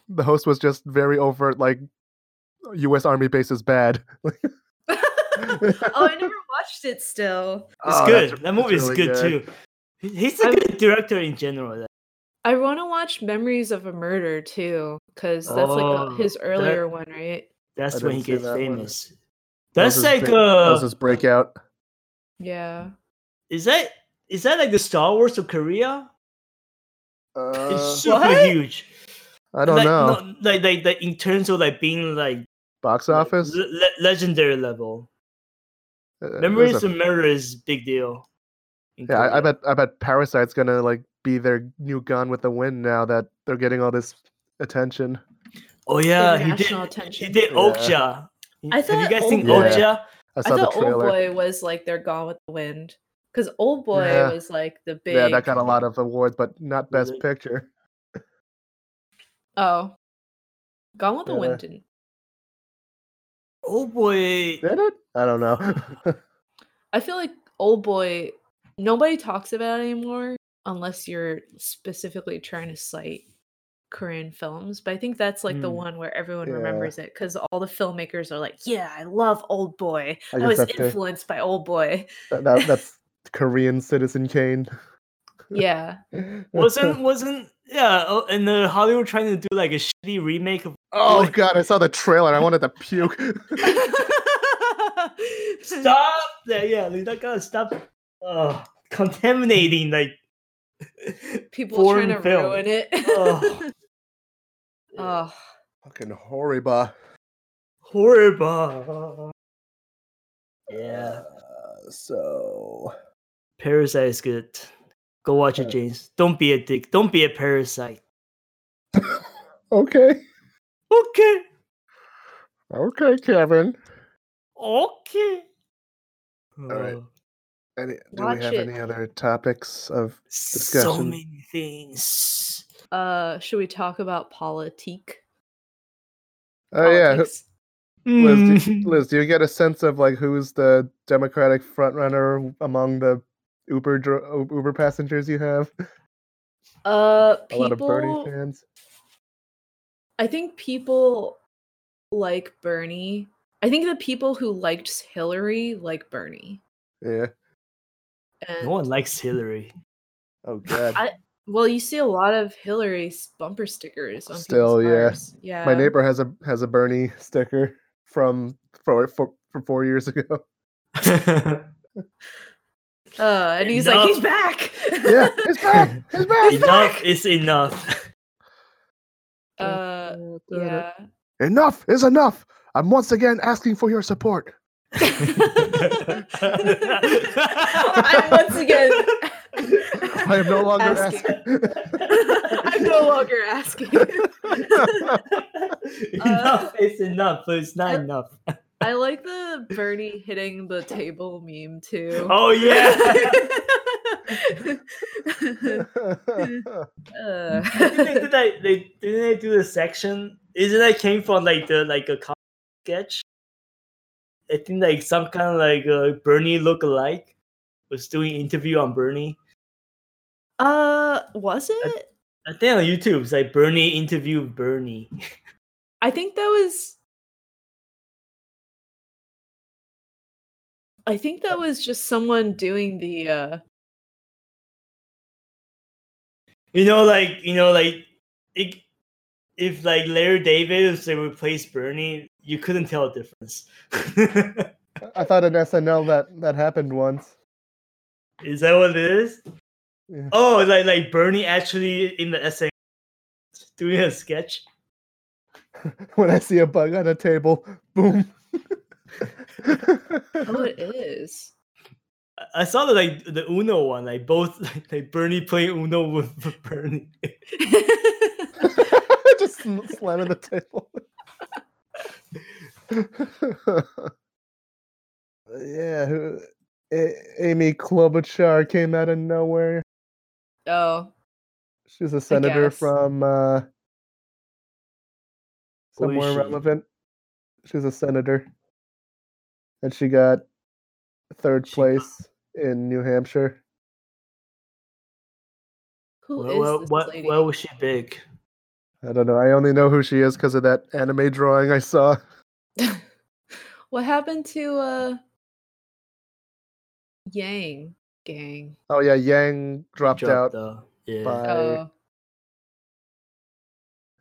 S1: the host was just very overt, like U.S. Army base is bad.
S2: oh, I never watched it still.
S3: It's
S1: Oh, that's-
S3: good. That movie
S1: that's
S3: is
S1: really
S3: good, too. He- He's a
S2: I-
S3: good director in general. that-
S2: I want to watch Memories of a Murder too, because that's like
S3: Oh,
S2: a, his
S3: that-
S2: earlier one, right?
S3: That's
S1: I
S3: when he
S1: didn't see
S3: gets
S1: that one.
S3: famous. That's
S1: was his
S3: like
S1: big- That
S3: uh,
S1: was his breakout.
S2: Yeah.
S3: is that is that like the Star Wars of Korea?
S1: Uh,
S3: It's super
S2: What?
S3: huge.
S1: I don't
S3: like,
S1: know.
S3: no- like, like, like in terms of like being like
S1: Box
S3: le-
S1: office.
S3: le- le- legendary level.
S1: Uh, it was
S3: Memories
S1: a-
S3: of Murder is big deal. in
S1: yeah, I, I
S3: Korea.
S1: bet I bet Parasite's gonna like be their new gun with the wind now that they're getting all this attention.
S3: Oh yeah, he did.
S2: International
S3: He
S2: attention.
S3: did
S1: Yeah.
S3: Okja.
S2: I
S3: Have
S2: thought
S3: you guys seen
S1: Old Boy-
S3: Okja?
S1: I
S2: I
S1: saw the
S2: thought Old
S1: trailer.
S2: Boy was like they're gone with the wind, because Old Boy
S1: Yeah.
S2: was like the big.
S1: Yeah, that got a lot of awards, but not best
S3: Really?
S1: picture.
S2: Oh, Gone with the
S1: Yeah.
S2: Wind didn't.
S3: Old Oh boy.
S1: Did it? I don't know.
S2: I feel like Old Boy. Nobody talks about it anymore unless you're specifically trying to cite Korean films. But I think that's like the
S3: Hmm.
S2: one where everyone
S1: Mm. Yeah.
S2: remembers it because all the filmmakers are like, "Yeah, I love Old Boy.
S1: I
S2: I,
S1: guess
S2: was
S1: that's the-
S2: influenced by Old Boy."
S1: That- that- that's Korean Citizen Kane.
S2: Yeah,
S3: Wasn't wasn't yeah? oh, And uh, Hollywood trying to do like a shitty remake of
S1: oh
S3: like-
S1: god, I saw the trailer. I wanted to puke.
S3: stop that. Yeah, like, that gotta stop uh, contaminating like.
S2: People trying to
S3: foreign film.
S2: ruin it.
S3: Oh.
S2: oh.
S1: Fucking horrible.
S3: horrible. Yeah,
S1: Uh, so
S3: Parasite is good. Go watch it,
S1: Uh,
S3: James. Don't be a dick. Don't be a parasite.
S1: okay,
S3: Okay.
S1: okay, Kevin.
S3: Okay.
S1: right.
S3: Uh,
S1: Any, do
S2: Watch
S1: we have
S2: it.
S1: any other topics of?
S3: So
S1: Discussion.
S3: many things.
S2: Uh, should we talk about politique?
S1: Oh yeah, who-
S2: Politics?
S1: Liz, do,
S3: Mm.
S1: Liz, do you get a sense of like who's the Democratic frontrunner among the Uber dr- U- Uber passengers you have?
S2: Uh,
S1: A lot of Bernie
S2: people.
S1: fans.
S2: I think people like Bernie. I think the people who liked Hillary like Bernie.
S1: Yeah.
S2: And
S3: No one likes Hillary.
S1: Oh god.
S2: I- well, you see a lot of Hillary's bumper stickers on
S1: Still,
S2: people's
S1: yeah.
S2: cars. Yeah.
S1: My neighbor has a has a Bernie sticker from for for, from four years ago.
S3: Enough
S2: Uh, and he's like, he's
S3: Enough.
S2: back.
S1: Yeah, it's back. It's back.
S3: is enough.
S2: uh, yeah.
S1: Enough is enough. I'm once again asking for your support.
S2: I'm once again.
S1: I am no longer
S2: Asking.
S1: asking.
S2: I'm no longer asking.
S3: enough is enough, but it's not
S2: Uh,
S3: enough.
S2: I like the Bernie hitting the table meme too.
S3: Oh yeah. did they,
S2: Uh,
S3: did they, they didn't they do the section? Isn't that came from like the like a comic sketch? I think like some kind of like uh, Bernie look alike was doing interview on Bernie.
S2: uh, was it?
S3: I think on YouTube it's like Bernie interview Bernie.
S2: I think that was. I think that was just someone doing the. uh
S3: You know, like you know, like it, if like Larry David if they replaced Bernie, you couldn't tell a difference.
S1: I thought in SNL that that happened once.
S3: is that what it is?
S1: Yeah.
S3: Oh, like like Bernie actually in the essay doing a sketch.
S1: When I see a bug on a table, boom.
S2: Oh, it is.
S3: I- I saw the like the Uno one, like both like, like Bernie playing Uno with with Bernie.
S1: Just sl- slamming the table. yeah, who, A- Amy Klobuchar came out of nowhere.
S2: oh,
S1: She's a senator
S2: guess.
S1: from uh,
S3: Who is
S1: somewhere
S3: she?
S1: relevant. She's a senator, and she got third
S3: She got-
S1: place in New Hampshire.
S2: Who
S3: Where,
S2: is
S3: where,
S2: this
S3: what-
S2: lady?
S3: where was she big?
S1: I don't know. I only know who she is because of that anime drawing I saw.
S2: what happened to uh Yang gang?
S1: Oh yeah, Yang dropped, out.
S3: Dropped out. Yeah.
S1: by
S2: Oh,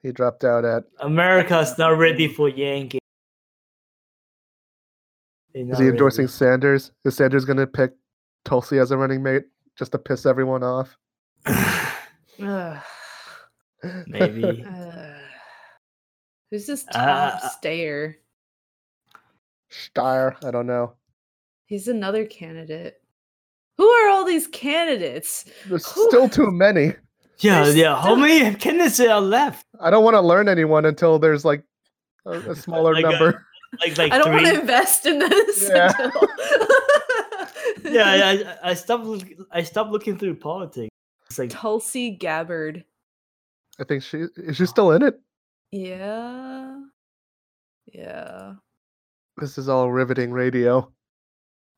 S1: he dropped out at
S3: America's not ready for Yankee.
S1: is he endorsing Sanders? Is Sanders gonna pick Tulsi as a running mate just to piss everyone off?
S2: ugh,
S3: Maybe.
S2: ugh. who's this Tom
S3: Uh,
S2: Stayer?
S1: Steyer, I don't know.
S2: He's another candidate. Who are all these candidates?
S1: There's
S2: Who-
S1: still too many.
S3: yeah,
S2: There's
S3: yeah. How
S2: still-
S3: many candidates are left?
S1: I don't want to learn anyone until there's like a, a smaller
S2: uh,
S3: Like a-
S1: number.
S3: Like, like
S2: I don't want
S3: three.
S2: to invest in this.
S1: Yeah.
S2: until-
S3: Yeah, yeah. I, I stopped. Look, I stopped looking through politics. It's like
S2: Tulsi Gabbard.
S1: I think she is she still in it.
S2: Yeah. Yeah.
S1: This is all riveting radio.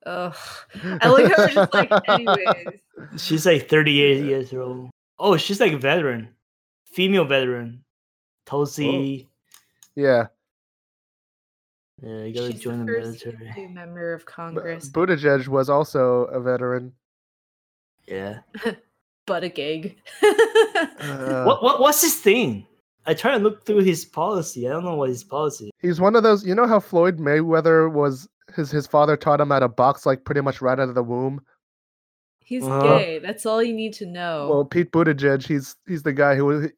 S2: Ugh. I like how we're just like, anyways.
S3: she's like 38 years old. Oh, she's like a veteran, female veteran. Tulsi.
S1: yeah,
S3: Yeah, you gotta
S2: She's
S3: join the,
S2: the first
S3: military. um,
S2: Hindu member of
S1: B-
S2: Congress, but,
S1: Buttigieg was also a veteran.
S3: Yeah.
S2: a gig.
S1: Uh,
S3: what, what What's his thing? I try to look through his policy. I don't know what his policy.
S1: He's one of those. You know how Floyd Mayweather was his his father taught him how to box like pretty much right out of the womb.
S2: He's
S3: Uh-huh.
S2: gay. That's all you need to know.
S1: Well, Pete Buttigieg, he's he's the guy who was-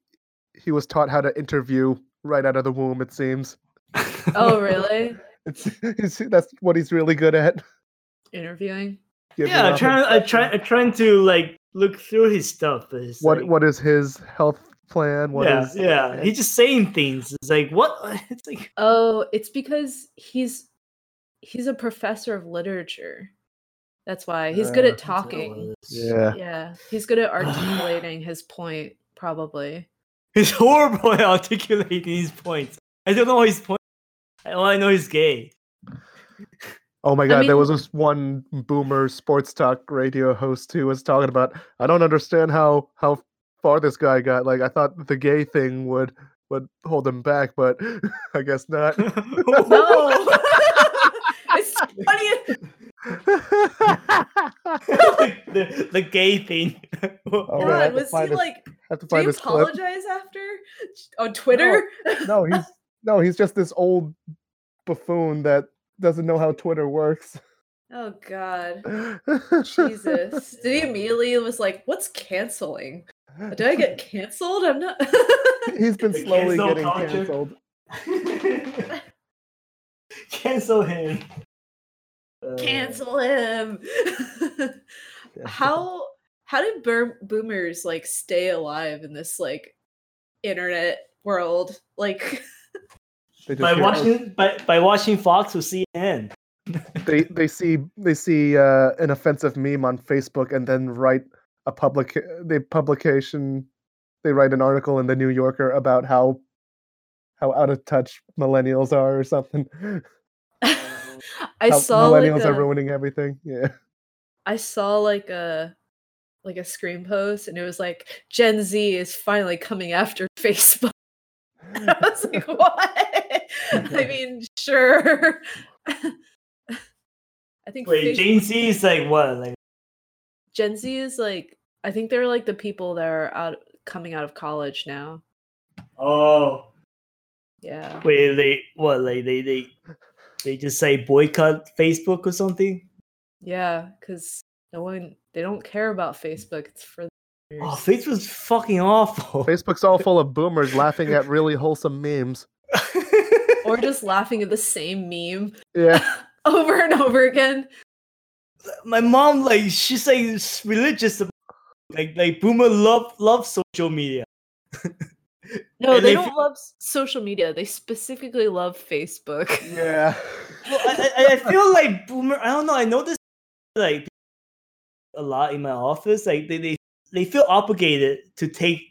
S1: he was taught how to interview right out of the womb. It seems.
S2: oh, really?
S1: It's, it's that's what he's really good at.
S2: Interviewing?
S1: giving
S3: yeah, I'm
S1: off
S3: trying. I try. I'm trying to like look through his stuff. But it's
S1: what
S3: like-
S1: what is his health plan? What
S3: yeah,
S1: is
S3: yeah. He's just saying things. It's like what? It's like
S2: Oh, it's because he's he's a professor of literature. That's why he's good
S1: Uh,
S2: at talking.
S1: yeah.
S2: Yeah, he's good at articulating his point, probably.
S3: He's horrible at articulating his points. I don't know his point. All I know he's gay.
S1: Oh my god, there
S2: mean-
S1: was this one boomer sports talk radio host who was talking about I don't understand how how far this guy got. Like I thought the gay thing would would hold him back, but I guess not.
S2: No, it's funny.
S3: the, the gay thing.
S1: Oh, wait, I
S2: God,
S1: have to
S2: was he
S1: find this-
S2: like?
S1: have to
S2: Did
S1: find
S2: he
S1: this clip.
S2: apologize after on Twitter?
S1: No, he's no, he's just this old buffoon that doesn't know how Twitter works.
S2: Oh God, Jesus! Did he immediately was like, "What's canceling? Did I get canceled? I'm not."
S1: He's been
S3: The
S1: slowly
S3: cancel
S1: getting
S3: culture.
S1: canceled.
S3: Cancel him. Uh,
S2: Cancel him. how how did boom- boomers like stay alive in this like internet world? Like,
S1: They just
S3: By
S1: hear, "Oh,
S3: watching by, by watching Fox with CNN.
S1: they they see they see uh, an offensive meme on Facebook and then write a public the publication they write an article in the New Yorker about how how out of touch millennials are or something.
S2: I
S1: Oh. how
S2: saw
S1: millennials
S2: like
S1: are
S2: a,
S1: ruining everything. Yeah.
S2: I saw like a like a screen post and it was like Gen Z is finally coming after Facebook. I was like, what? I mean, sure. I think
S3: Wait,
S2: Face-
S3: Jane Z is like what? Like
S2: Gen Z is like I think they're like the people that are out coming out of college now.
S3: oh
S2: Yeah.
S3: wait, they what like they they they just say boycott Facebook or something?
S2: Yeah, because no one they don't care about Facebook. It's for the
S3: Oh
S2: boomers.
S3: Facebook's fucking awful.
S1: Facebook's all full of boomers laughing at really wholesome memes.
S2: or just laughing at the same meme
S1: Yeah.
S2: over and over again.
S3: My mom like she's like s- religious about- like like boomer love love social media.
S2: No,
S3: And
S2: they
S3: they
S2: don't
S3: fe-
S2: love s- social media. They specifically love Facebook.
S1: Yeah.
S3: Well, I, I, I feel like boomer. I don't know. I notice like a lot in my office. Like they, they they feel obligated to take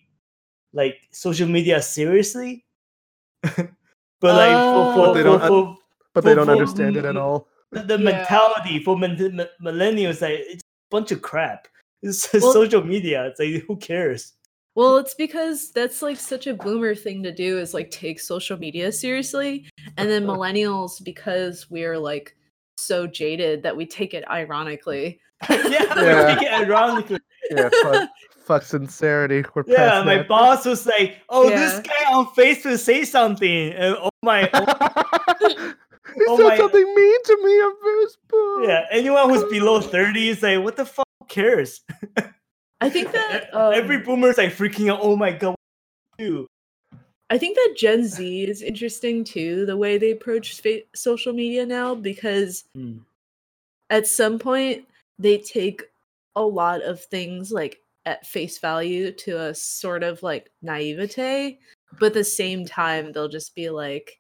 S3: like social media seriously, but like for,
S1: But
S3: for,
S1: they
S3: for,
S1: don't un-
S3: for
S1: But they
S3: For-
S1: don't
S3: for-
S1: understand it at all.
S3: the- the
S2: Yeah.
S3: mentality for men, mi- millennials, like it's a bunch of crap. It's just
S2: Well-
S3: social media. It's like who cares?
S2: Well, it's because that's like such a boomer thing to do is like take social media seriously. And then millennials, because we're like so jaded that we take it ironically.
S3: yeah,
S1: Yeah.
S3: Take it ironically.
S1: Yeah, fuck, fuck sincerity. We're
S3: Yeah,
S1: past
S3: my
S1: that.
S3: boss was like, "Oh, this
S2: Yeah.
S3: guy on Facebook say something," and oh my, oh,
S1: he
S3: Oh
S1: said
S3: my-
S1: something mean to me on Facebook.
S3: yeah. Anyone who's below thirty is like, "What the fuck cares?"
S2: I think that
S3: E- every
S2: um,
S3: boomer's like freaking out. Oh my god, what do you do?
S2: I think that Gen Z is interesting too, the way they approach fa- social media now, because
S3: Hmm.
S2: at some point they take a lot of things like at face value to a sort of like naivete, but at the same time they'll just be like,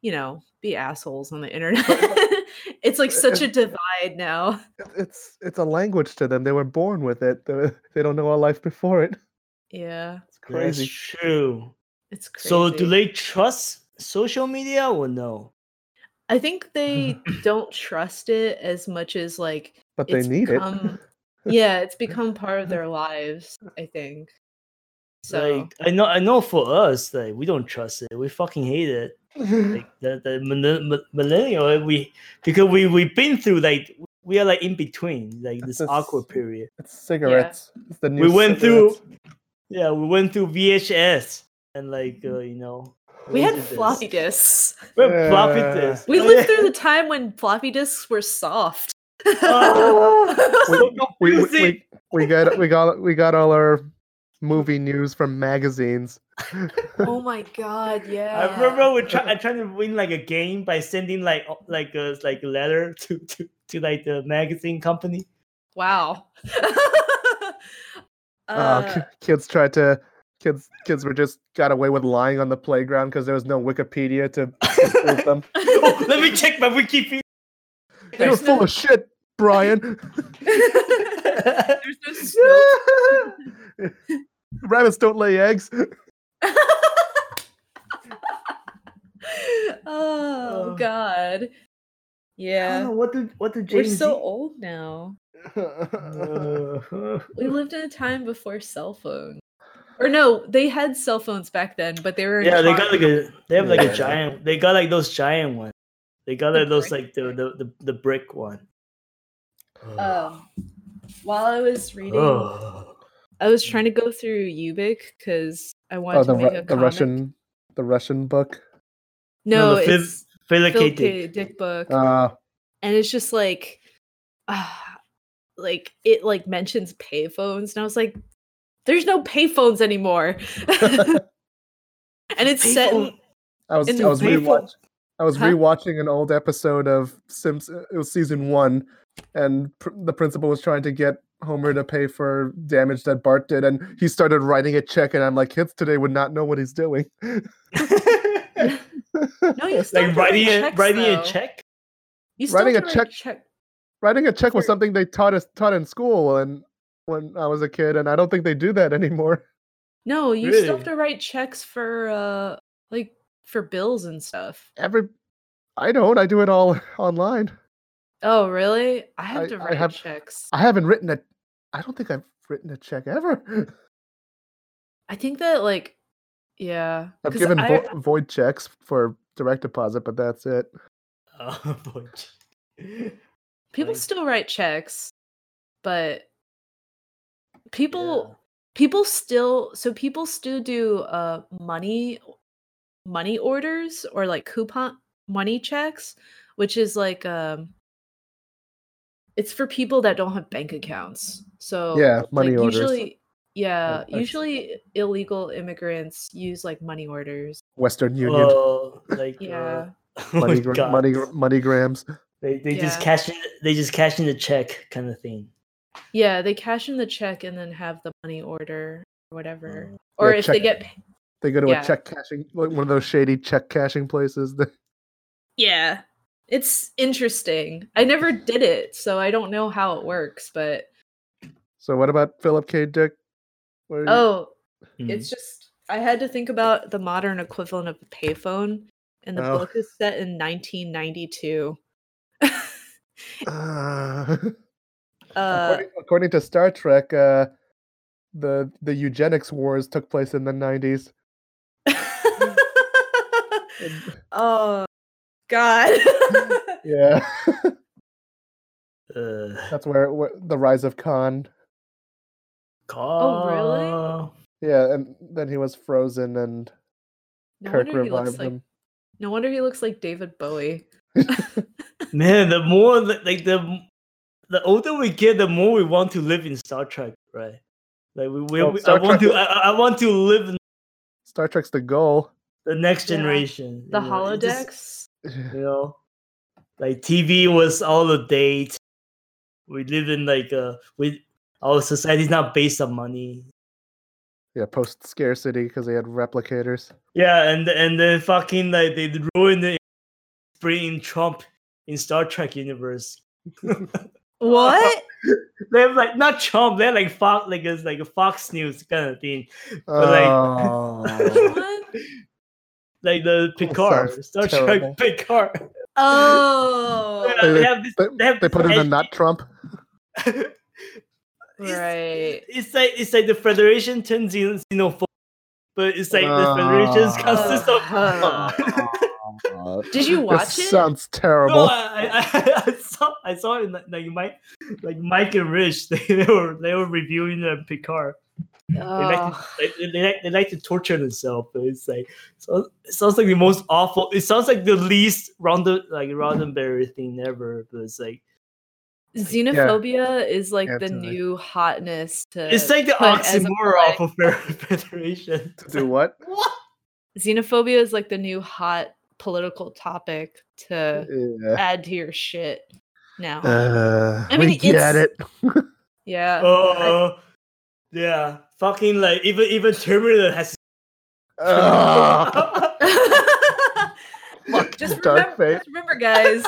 S2: you know, be assholes on the internet. it's like such a divide now.
S1: It- It's it's a language to them. They were born with it. They they don't know a life before it.
S2: Yeah,
S1: It's crazy.
S3: That's true.
S2: it's crazy.
S3: So, do they trust social media or no?
S2: I think they don't trust it as much as like
S1: but they need
S2: become- yeah, it's become part of their lives, I think. So
S3: like, I know, I know. For us, like, we don't trust it. We fucking hate it.
S1: it.
S3: like the, the millen- mi- millennial uh, we because we we've been through like we are like in between like this
S1: This-
S3: awkward period
S1: it's cigarettes. It's the new
S3: we went
S1: cigarettes.
S3: through yeah we went through vhs and like uh, you know
S2: we had
S3: laser disc.
S2: floppy disks.
S3: we had floppy
S1: Yeah.
S3: discs
S2: We
S3: Oh,
S2: lived
S3: yeah.
S2: through the time when floppy disks were soft.
S3: Oh.
S1: We-
S3: So
S1: we, we,
S3: confusing.
S1: we, we got we got we got all our movie news from magazines.
S2: oh my god, yeah.
S3: I remember we try, I tried to win like a game by sending like o- like a like a letter to, to to like the magazine company.
S2: Wow.
S3: Ah,
S1: Uh,
S2: Uh,
S1: ki- kids tried to kids kids were just got away with lying on the playground because there was no Wikipedia to prove them.
S3: Oh, let me check my Wikipedia.
S1: You're
S2: There's
S1: full
S2: no-
S1: of shit, Brian.
S2: there's no snow.
S1: Rabbits don't lay eggs.
S2: oh
S3: Oh.
S2: god.
S3: I don't
S2: Yeah.
S3: know, what do what do
S2: We're
S3: James?
S2: so old now.
S1: Oh,
S3: Uh,
S2: We lived in a time before cell phones. Or no, they had cell phones back then, but they were in
S3: Yeah, they got
S2: cars.
S3: like a they have like
S1: Yeah.
S3: a giant. They got like those giant ones. They got
S2: The
S3: like those
S2: brick
S3: like the the the, the brick one.
S2: um, while I was reading,
S3: Ugh.
S2: I was trying to go through Ubik because I wanted
S1: oh, the,
S2: to make
S1: Ru-
S2: a
S1: the
S2: comic.
S1: Russian the Russian book.
S2: No,
S3: the Phil-
S2: it's
S3: Philip
S2: Phil
S3: K.
S2: K.
S3: Dick.
S2: Dick book,
S1: Uh,
S2: and it's just like, ah, like it like mentions payphones, and I was like, "There's no payphones anymore," and it's set. in-
S3: Payphone-
S1: I was
S2: And
S1: I was
S3: painful-
S1: rewatch, I was
S2: Huh?
S1: rewatching an old episode of Simpson. It was season one, and pr- the principal was trying to get Homer to pay for damage that Bart did, and he started writing a check, and I'm like, kids today would not know what he's doing.
S2: no, you still
S3: like
S2: have to write
S3: writing a,
S2: checks,
S3: writing a
S2: though.
S3: check.
S2: You still
S1: Writing
S2: have
S1: a
S2: to write
S1: check-
S2: check.
S1: Writing a check was
S2: Sure.
S1: something they taught us taught in school, and when I was a kid, and I don't think they do that anymore.
S2: No, you still
S3: Really?
S2: have to write checks for uh like for bills and stuff.
S1: Every I don't. I do it all online.
S2: Oh, really? I
S1: I-
S2: have to
S1: I
S2: write
S1: have-
S2: checks.
S1: I haven't written a. I don't think I've written a check ever.
S2: I think that like yeah,
S1: I've
S2: 'cause
S1: given
S2: I-
S1: vo- void checks for direct deposit, but that's it.
S3: Oh, boy.
S2: people
S3: like-
S2: still write checks, but people people still so people still do uh money money orders or like coupon money checks, which is like um it's for people that don't have bank accounts. So
S1: yeah, money
S2: Oh, like,
S1: orders.
S2: Usually, yeah,
S1: that's-
S2: usually illegal immigrants use like money orders.
S1: Western
S3: Yeah.
S1: Union.
S3: Well, like uh,
S2: Yeah.
S3: oh my
S1: money, gra-
S3: God.
S1: money, gr- money grams.
S3: They they just
S2: Yeah.
S3: cash in, they just cash in the check kind of thing.
S2: Yeah, they cash in the check and then have the money order or whatever.
S3: Mm.
S2: or
S1: Yeah,
S2: if they
S1: check-
S2: get pa-
S1: They go to
S2: Yeah.
S1: a check cashing, like one of those shady check cashing places. That,
S2: yeah. It's interesting. I never did it, so I don't know how it works, but
S1: so what about Philip K. Dick? What are you-
S2: oh,
S3: Mm.
S2: it's just I had to think about the modern equivalent of a payphone and the
S1: Oh.
S2: book is set in 1992.
S1: Ah.
S2: Uh
S1: according, according to Star Trek, uh, the the eugenics wars took place in the 90s.
S2: Uh, oh God.
S1: Yeah,
S3: Uh,
S1: that's where, where the rise of Khan.
S2: Oh,
S3: Carl.
S1: Yeah, and then he was frozen, and
S2: no
S1: Kirk
S2: wonder he looks
S1: revived
S2: like
S1: him.
S2: no wonder he looks like David Bowie.
S3: Man, the more that- like the the older we get, the more we want to live in Star Trek, right? Like we, we,
S1: Oh,
S3: we- I
S1: Star
S3: want
S1: Trek-
S3: to I, I- I want to live in
S1: Star Trek's the goal.
S3: the next
S2: Yeah.
S3: generation.
S2: The
S3: you know, it just-
S2: holodecks.
S3: you know, like TV was all the date. We live in like a we our society's not based on money.
S1: Yeah, post scarcity because they had replicators.
S3: Yeah, and and then fucking like they ruined it, bringing Trump in Star Trek universe.
S2: What?
S3: They're like not Trump, they're like Fox, like it's like a Fox News kind of thing. like-
S1: Oh.
S2: What?
S3: Like the Picard,
S1: sounds
S3: Star
S1: terrible.
S3: Trek Picard.
S2: Oh,
S3: Yeah, they have this-
S1: they,
S3: they have
S1: they
S3: this
S1: put in a
S3: edgy-
S1: not Trump.
S3: It's-
S2: right.
S3: It's like it's like the Federation turns in xenophobic, but it's like the Federation
S1: Ah.
S3: consists of.
S2: Uh-huh.
S1: Uh,
S2: Did you watch
S1: this
S2: it?
S1: sounds
S3: No,
S1: terrible.
S3: I, I, I saw I saw it like like Mike, like Mike and Rich. They, they were they were reviewing the Picard. They like, to,
S2: Ugh.
S3: they, they, like, they like to torture themselves. But it's like so, it sounds like the most awful. It sounds like the least Rondo like Roddenberry thing ever. But it's like
S2: Xenophobia is like
S1: Yeah,
S2: the
S1: totally.
S2: new hotness to
S3: it's like the
S2: put as a
S3: oxymoron of a Federation.
S1: To do what?
S3: What?
S2: xenophobia is like the new hot political topic to
S1: Yeah.
S2: add to your shit now.
S1: Uh,
S2: I Uh, mean,
S1: we get
S2: it's-
S1: it.
S2: yeah.
S3: Oh, yeah. Fucking like even even Terminator has.
S1: Ugh, fuck
S2: just,
S1: Darth
S2: remember,
S1: Vader.
S2: just remember, guys,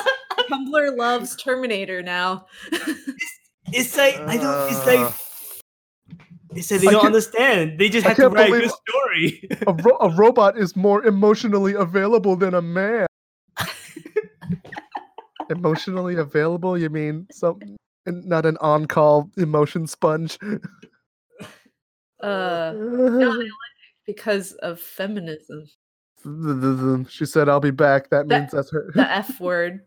S2: Tumblr loves Terminator now.
S3: it's like I don't. It's like
S1: Ugh.
S3: it's like they
S1: I
S3: don't
S1: can't-
S3: understand. They just
S1: I
S3: have to
S1: can't
S3: write a good
S1: believe-
S3: story.
S1: A, ro- a robot is more emotionally available than a man. emotionally available? You mean something? and Not an on-call emotion sponge.
S2: Uh, because of feminism.
S1: she said, "I'll be back." That
S2: That-
S1: means that's her.
S2: The F word.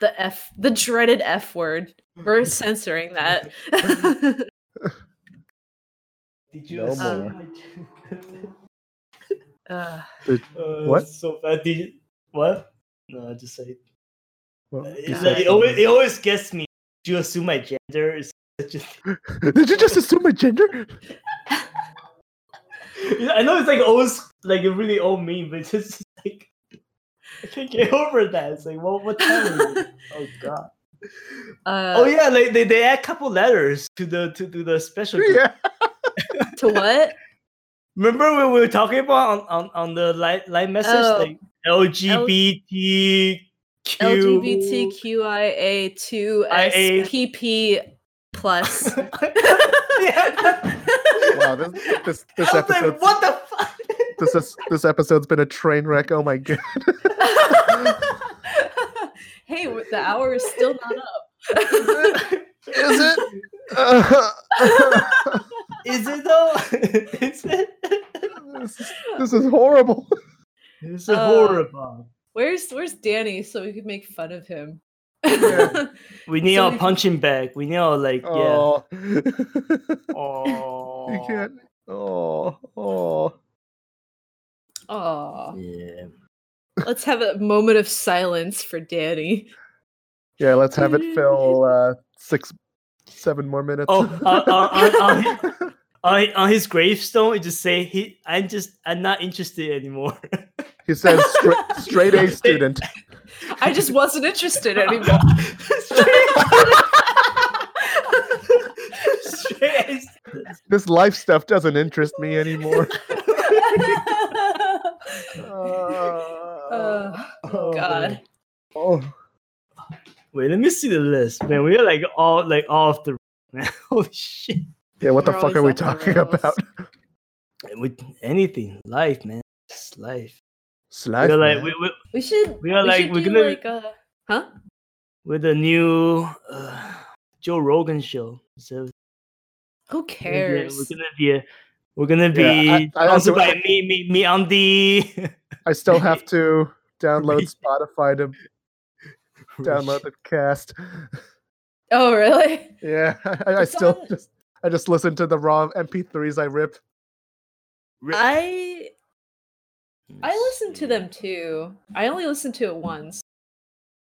S2: The F the dreaded F word. We're censoring that.
S3: Did
S1: you No assume
S2: uh,
S3: uh,
S1: What?
S3: So bad. Did you, what? No, I just say
S1: Well,
S3: it's
S1: you
S3: like,
S1: said
S3: it always it always gets me. Do you assume my gender is such a thing?
S1: something. Did you just assume my gender?
S3: I know it's like old, s- like a really old meme, but it's just like I can't get over that. It's like, well, what time is it? Oh god.
S2: uh,
S3: oh yeah, like they, they add a couple letters to the to, to the special. group.
S1: Yeah.
S2: To what?
S3: Remember when we were talking about on, on, on the line line message
S2: Oh.
S3: like LGBTQ
S2: LGBTQIA2SPP plus.
S3: yeah.
S1: Wow. This this, this
S3: I was
S1: episode
S3: like, what the fuck?
S1: this is, this episode's been a train wreck. Oh my god.
S2: hey, w- the hour is still not up.
S1: Is it? Uh,
S3: Is it though? is it?
S1: this, is- this is horrible.
S3: It's
S2: Uh,
S3: horrible.
S2: where's Where's Danny so we could make fun of him?
S1: Yeah.
S3: We need
S2: so
S3: our
S2: we-
S3: punching bag. We need our like yeah.
S1: Oh.
S3: Oh.
S1: you can't. Oh. Oh.
S2: Aw.
S3: Yeah.
S2: Let's have a moment of silence for Danny.
S1: Yeah. Let's have it fill uh, six, seven more minutes.
S3: Oh, uh, uh, uh, uh, on, on his gravestone, it just say he. I'm just. I'm not interested anymore.
S1: he says stra- straight A student.
S2: I just wasn't interested anymore.
S3: Straight-
S1: This life stuff doesn't interest me anymore.
S2: Uh,
S1: Oh,
S2: God.
S1: Oh.
S3: Wait, let me see the list, man. We're like all like off the man. Holy shit!
S1: Yeah, what the
S2: We're
S1: fuck are we
S2: always off the
S1: talking
S2: rails.
S1: about?
S3: With anything, life, man. It's life.
S1: Slice.
S3: we're like
S1: man.
S3: we, we,
S2: We should.
S3: We are
S2: we
S3: like-
S2: should
S3: we're
S2: do
S3: gonna-
S2: like a huh?
S3: with the new uh, Joe Rogan show. So
S2: Who
S3: We're
S2: cares?
S3: gonna- We're gonna be.
S1: Yeah,
S3: We're gonna
S1: I-
S3: be
S1: I also-
S3: sponsored by me, me, me on the
S1: I still have to download Spotify to download the cast.
S2: Oh, really?
S1: Yeah, I, I
S2: It's
S1: still
S2: on-
S1: just I just listen to the raw MP3s I rip.
S3: Rip.
S2: I I listen to
S3: See.
S2: them too. I only listen to it once.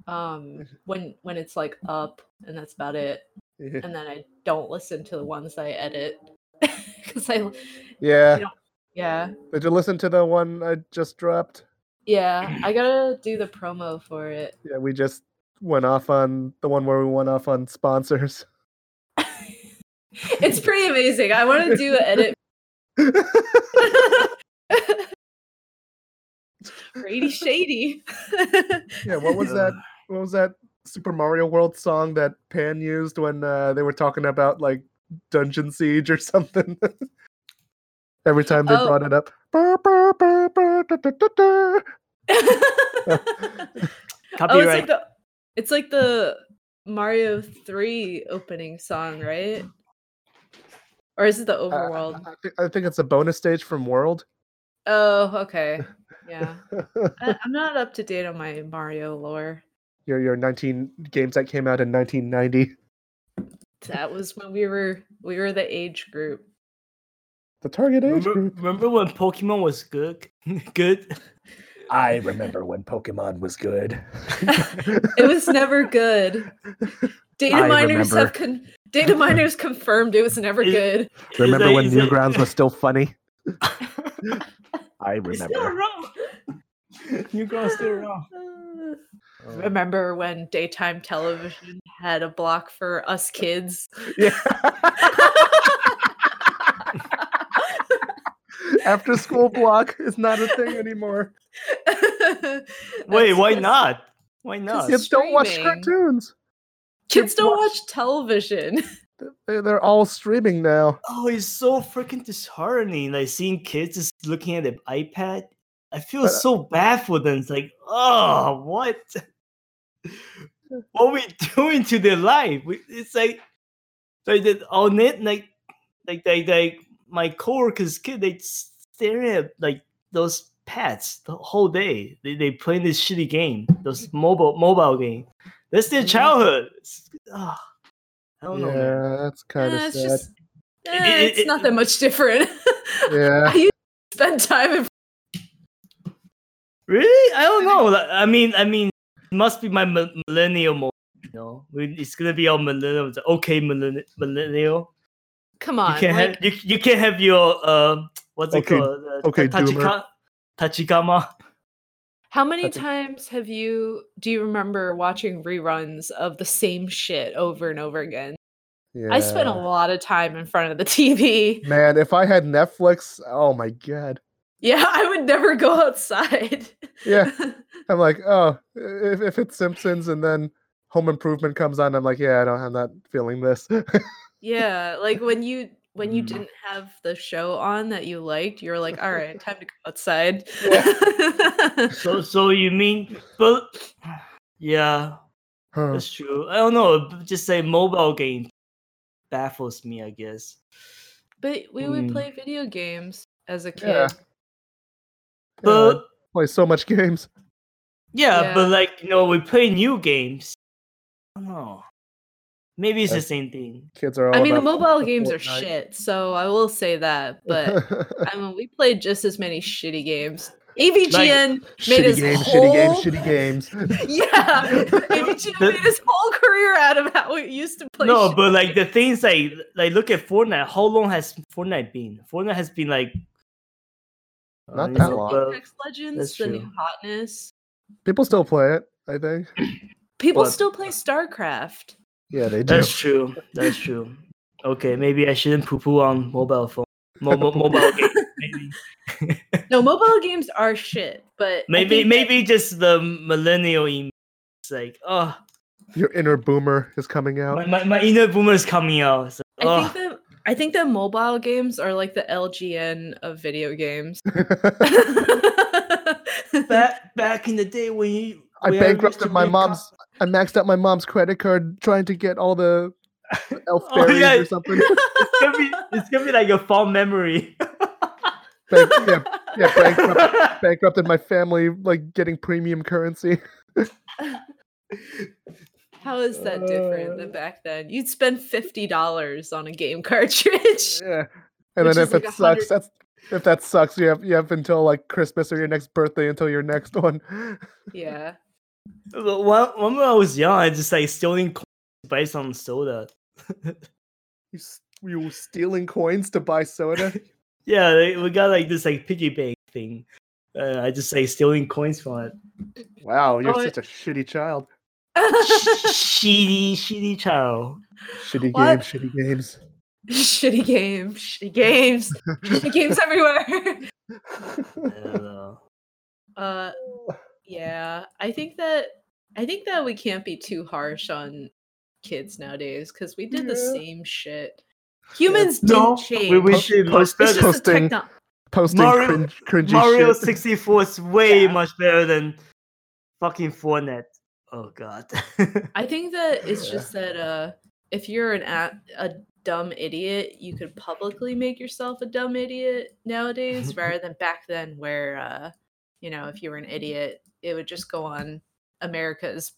S2: Um, when when it's like up, and that's about it.
S1: Yeah.
S2: And then I don't listen to the ones I edit because I
S1: Yeah,
S2: yeah
S1: did you listen to the one I just dropped?
S2: yeah I gotta do the promo for it.
S1: Yeah, we just went off on the one where we went off on sponsors.
S2: It's pretty amazing. I want to do an edit. Brady Shady.
S1: yeah, what was that? What was that Super Mario World song that Pan used when uh, they were talking about like Dungeon Siege or something? Every time they
S2: Oh.
S1: brought it up. Ba, ba, ba, ba, da, da, da, da.
S2: Oh, it's like
S3: Copyright.
S2: the it's like the Mario Three opening song, right? Or is it the
S1: Uh,
S2: Overworld?
S1: I, thi- I think it's a bonus stage from World.
S2: oh, okay, yeah. I, I'm not up to date on my Mario lore.
S1: your your 19 games that came out in 1990.
S2: That was when we were we were the age group.
S1: The target age
S3: remember,
S1: group.
S3: remember when Pokemon was good? good.
S1: I remember when Pokemon was good.
S2: It was never good. Data
S1: I
S2: miners
S1: remember.
S2: have con- data miners confirmed it was never
S3: Is-
S2: good.
S3: Is
S1: remember
S3: that-
S1: when
S3: is that-
S1: Newgrounds was still funny? I
S3: It's still
S1: remember.
S3: wrong. Newgrounds still wrong.
S2: Uh,
S1: Oh.
S2: Remember when daytime television had a block for us kids?
S1: Yeah. After school block is not a thing anymore.
S3: Wait,
S2: That's-
S3: why
S2: that's-
S3: not? Why not?
S1: Kids don't watch
S2: streaming.
S1: cartoons.
S2: Kids don't
S1: watch-
S2: watch television.
S1: They- They're all streaming now.
S3: Oh, it's so freaking disheartening. Like seeing kids just looking at their iPad. I feel
S1: But, uh,
S3: so bad for them. It's like, oh, what? what are we doing to their life? We- It's like, like that on it, like, like, like, like my coworkers' kid, they staring at like those pets the whole day. They they playing this shitty game,
S1: Mm.
S3: those mobile mobile game. That's their
S2: Mhm.
S3: childhood. It's- ah, I don't know. man.
S1: Mm-hmm. Yeah, that's kind of
S2: Eh, it's
S1: sad.
S2: just, eh,
S3: it-
S2: it's
S3: it-
S2: not that much different.
S1: Yeah.
S2: Spend time in
S3: Really? I don't know. Like, I mean, I mean, it must be my mi- millennial mode. You know, We- it's gonna be all millennial. It's okay, millenni- millennial.
S2: Come
S3: You
S2: on,
S3: can't
S2: like,
S3: have you, you can't have your uh what's it
S1: Okay,
S3: called? Uh,
S1: okay,
S3: ta-
S1: doomer.
S3: tachikama.
S2: how many
S1: That's a-
S2: times have you do you remember watching reruns of the same shit over and over again?
S1: yeah.
S2: I spent a lot of time in front of the TV.
S1: Man, if I had Netflix, oh my god.
S2: Yeah, I would never go outside.
S1: Yeah. I'm like, oh, if, if it's Simpsons and then Home Improvement comes on, I'm like, yeah, I don't, I'm not feeling this.
S2: yeah, like when you when you
S3: Mm.
S2: didn't have the show on that you liked, you were like, "All right, time to go outside."
S3: So so you mean but yeah,
S1: Huh.
S3: that's true. I don't know. b- Just say mobile game baffles me. I guess.
S2: But we would
S3: Mm.
S2: play video games as a kid.
S1: Yeah. Yeah, I
S3: But
S1: play so much games.
S3: Yeah,
S2: Yeah.
S3: but like you know, we play new games. I don't know. Maybe it's
S1: Uh,
S3: the same thing.
S1: Kids are all.
S2: I mean, the
S1: about
S2: mobile games are
S1: Fortnite.
S2: shit, so I will say that. But I mean, we played just as many shitty games. AVGN, made
S1: shitty
S2: his
S1: games, shitty games,
S2: whole-
S1: shitty games.
S2: yeah, AVGN
S3: The-
S2: made his whole career out of how we used to play.
S3: No,
S2: shitty
S3: but like the
S2: games.
S3: things like like look at Fortnite. How long has Fortnite been? Fortnite has been like uh,
S1: Not
S3: you
S1: that
S3: know,
S1: long.
S3: but-
S2: Apex Legends,
S3: that's
S2: the new
S3: true.
S2: hotness.
S1: People still play it, I think.
S2: People
S3: But-
S2: still play StarCraft.
S1: Yeah, they do.
S3: that's true. That's true. Okay, maybe I shouldn't poo poo on mobile phone. Mo- mo- mobile game. Maybe
S2: No, mobile games are shit, but I
S3: maybe,
S2: think that-
S3: maybe just the millennial. in- It's like oh,
S1: Your inner boomer is coming out.
S3: my, my, my inner boomer is coming out. It's like,
S2: I
S3: oh.
S2: think that I think that mobile games are like the LGN of video games.
S3: back oh, back in the day when you
S1: I
S3: when used to
S1: bankrupted my
S3: wake up-
S1: mom's. I maxed out my mom's credit card trying to get all the elf
S3: Oh,
S1: fairies
S3: yeah.
S1: or something.
S3: It's gonna be it's gonna be like a fond memory.
S1: Bank, yeah, yeah, bankrupt, bankrupted my family, like getting premium currency.
S2: How is that different
S3: Uh.
S2: than back then? You'd spend fifty dollars on a game cartridge.
S1: Yeah, and
S2: Which
S1: then if
S2: is like
S1: it
S2: a hundred-
S1: sucks, that's if that sucks, you have you have until like Christmas or your next birthday until your next one.
S2: yeah.
S3: But when, when I was young, I just like stealing coins based on soda.
S1: You s- you stealing coins to buy soda?
S3: Yeah, like, we got like this like piggy bank thing. Uh, I just like stealing coins from it.
S1: Wow, you're
S2: Oh, it-
S1: such a shitty child.
S3: Shitty, shitty child.
S1: Shitty
S2: What?
S1: games, shitty games.
S2: shitty games. Shitty games. shitty games everywhere.
S3: I don't know.
S2: Uh, yeah. I think that I think that we can't be too harsh on kids nowadays because we did the
S1: Yeah.
S2: same shit. Humans
S3: No,
S2: didn't change.
S3: we, we
S1: Po-
S3: should post
S2: it's
S3: that.
S2: just the
S1: Posting-
S2: techno-
S1: Posting
S3: Mario-
S1: cringe, cringy
S3: Mario
S1: shit.
S3: 64 is way
S2: Yeah.
S3: much better than fucking Fortnite. Oh god.
S2: I think that it's
S1: Yeah.
S2: just that uh, if you're an a, a dumb idiot, you could publicly make yourself a dumb idiot nowadays, rather than back then, where uh, you know if you were an idiot, it would just go on America's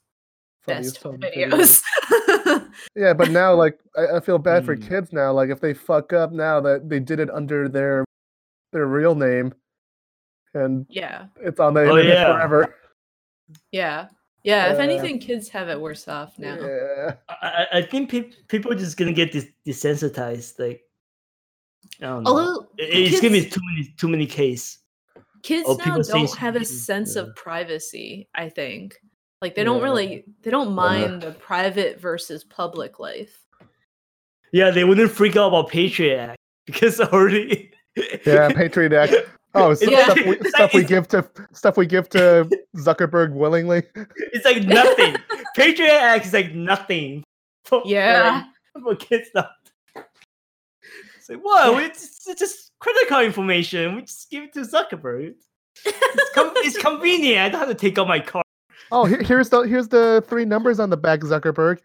S2: best
S1: Funniest home videos.
S2: videos.
S1: Yeah, but now like I, I feel bad for
S3: Mm.
S1: kids now. Like if they fuck up now that they did it under their their real name, and
S2: yeah,
S1: it's on the
S3: Oh,
S1: internet
S3: yeah.
S1: forever.
S2: yeah, yeah. if
S1: Uh,
S2: anything, kids have it worse off now.
S1: Yeah.
S3: I, I- I think peop people are just gonna get dis- desensitized. Like, I don't know.
S2: Although
S3: I- it's gonna be
S2: kids-
S3: too many too many cases.
S2: kids
S3: Oh,
S2: now
S3: people say
S2: don't have a
S3: something,
S2: sense
S3: yeah.
S2: of privacy i think like they don't
S1: Yeah.
S2: really they don't mind the private versus public life
S3: Yeah, they wouldn't freak out about Patriot Act because already.
S1: Yeah, Patriot Act. Oh, s-
S3: It's
S2: Yeah.
S1: stuff, we,
S3: like-
S1: stuff we
S3: it's-
S1: give to stuff we give to Zuckerberg willingly.
S3: it's like nothing. Patriot Act is like nothing. For, for,
S2: Yeah.
S3: like, for kids now. It's like, whoa,
S2: Yeah.
S3: it's, just- it's just credit card information. We just give it to Zuckerberg. It's, com- it's convenient. I don't have to take out my car.
S1: Oh, here, here's the here's the three numbers on the back, Zuckerberg.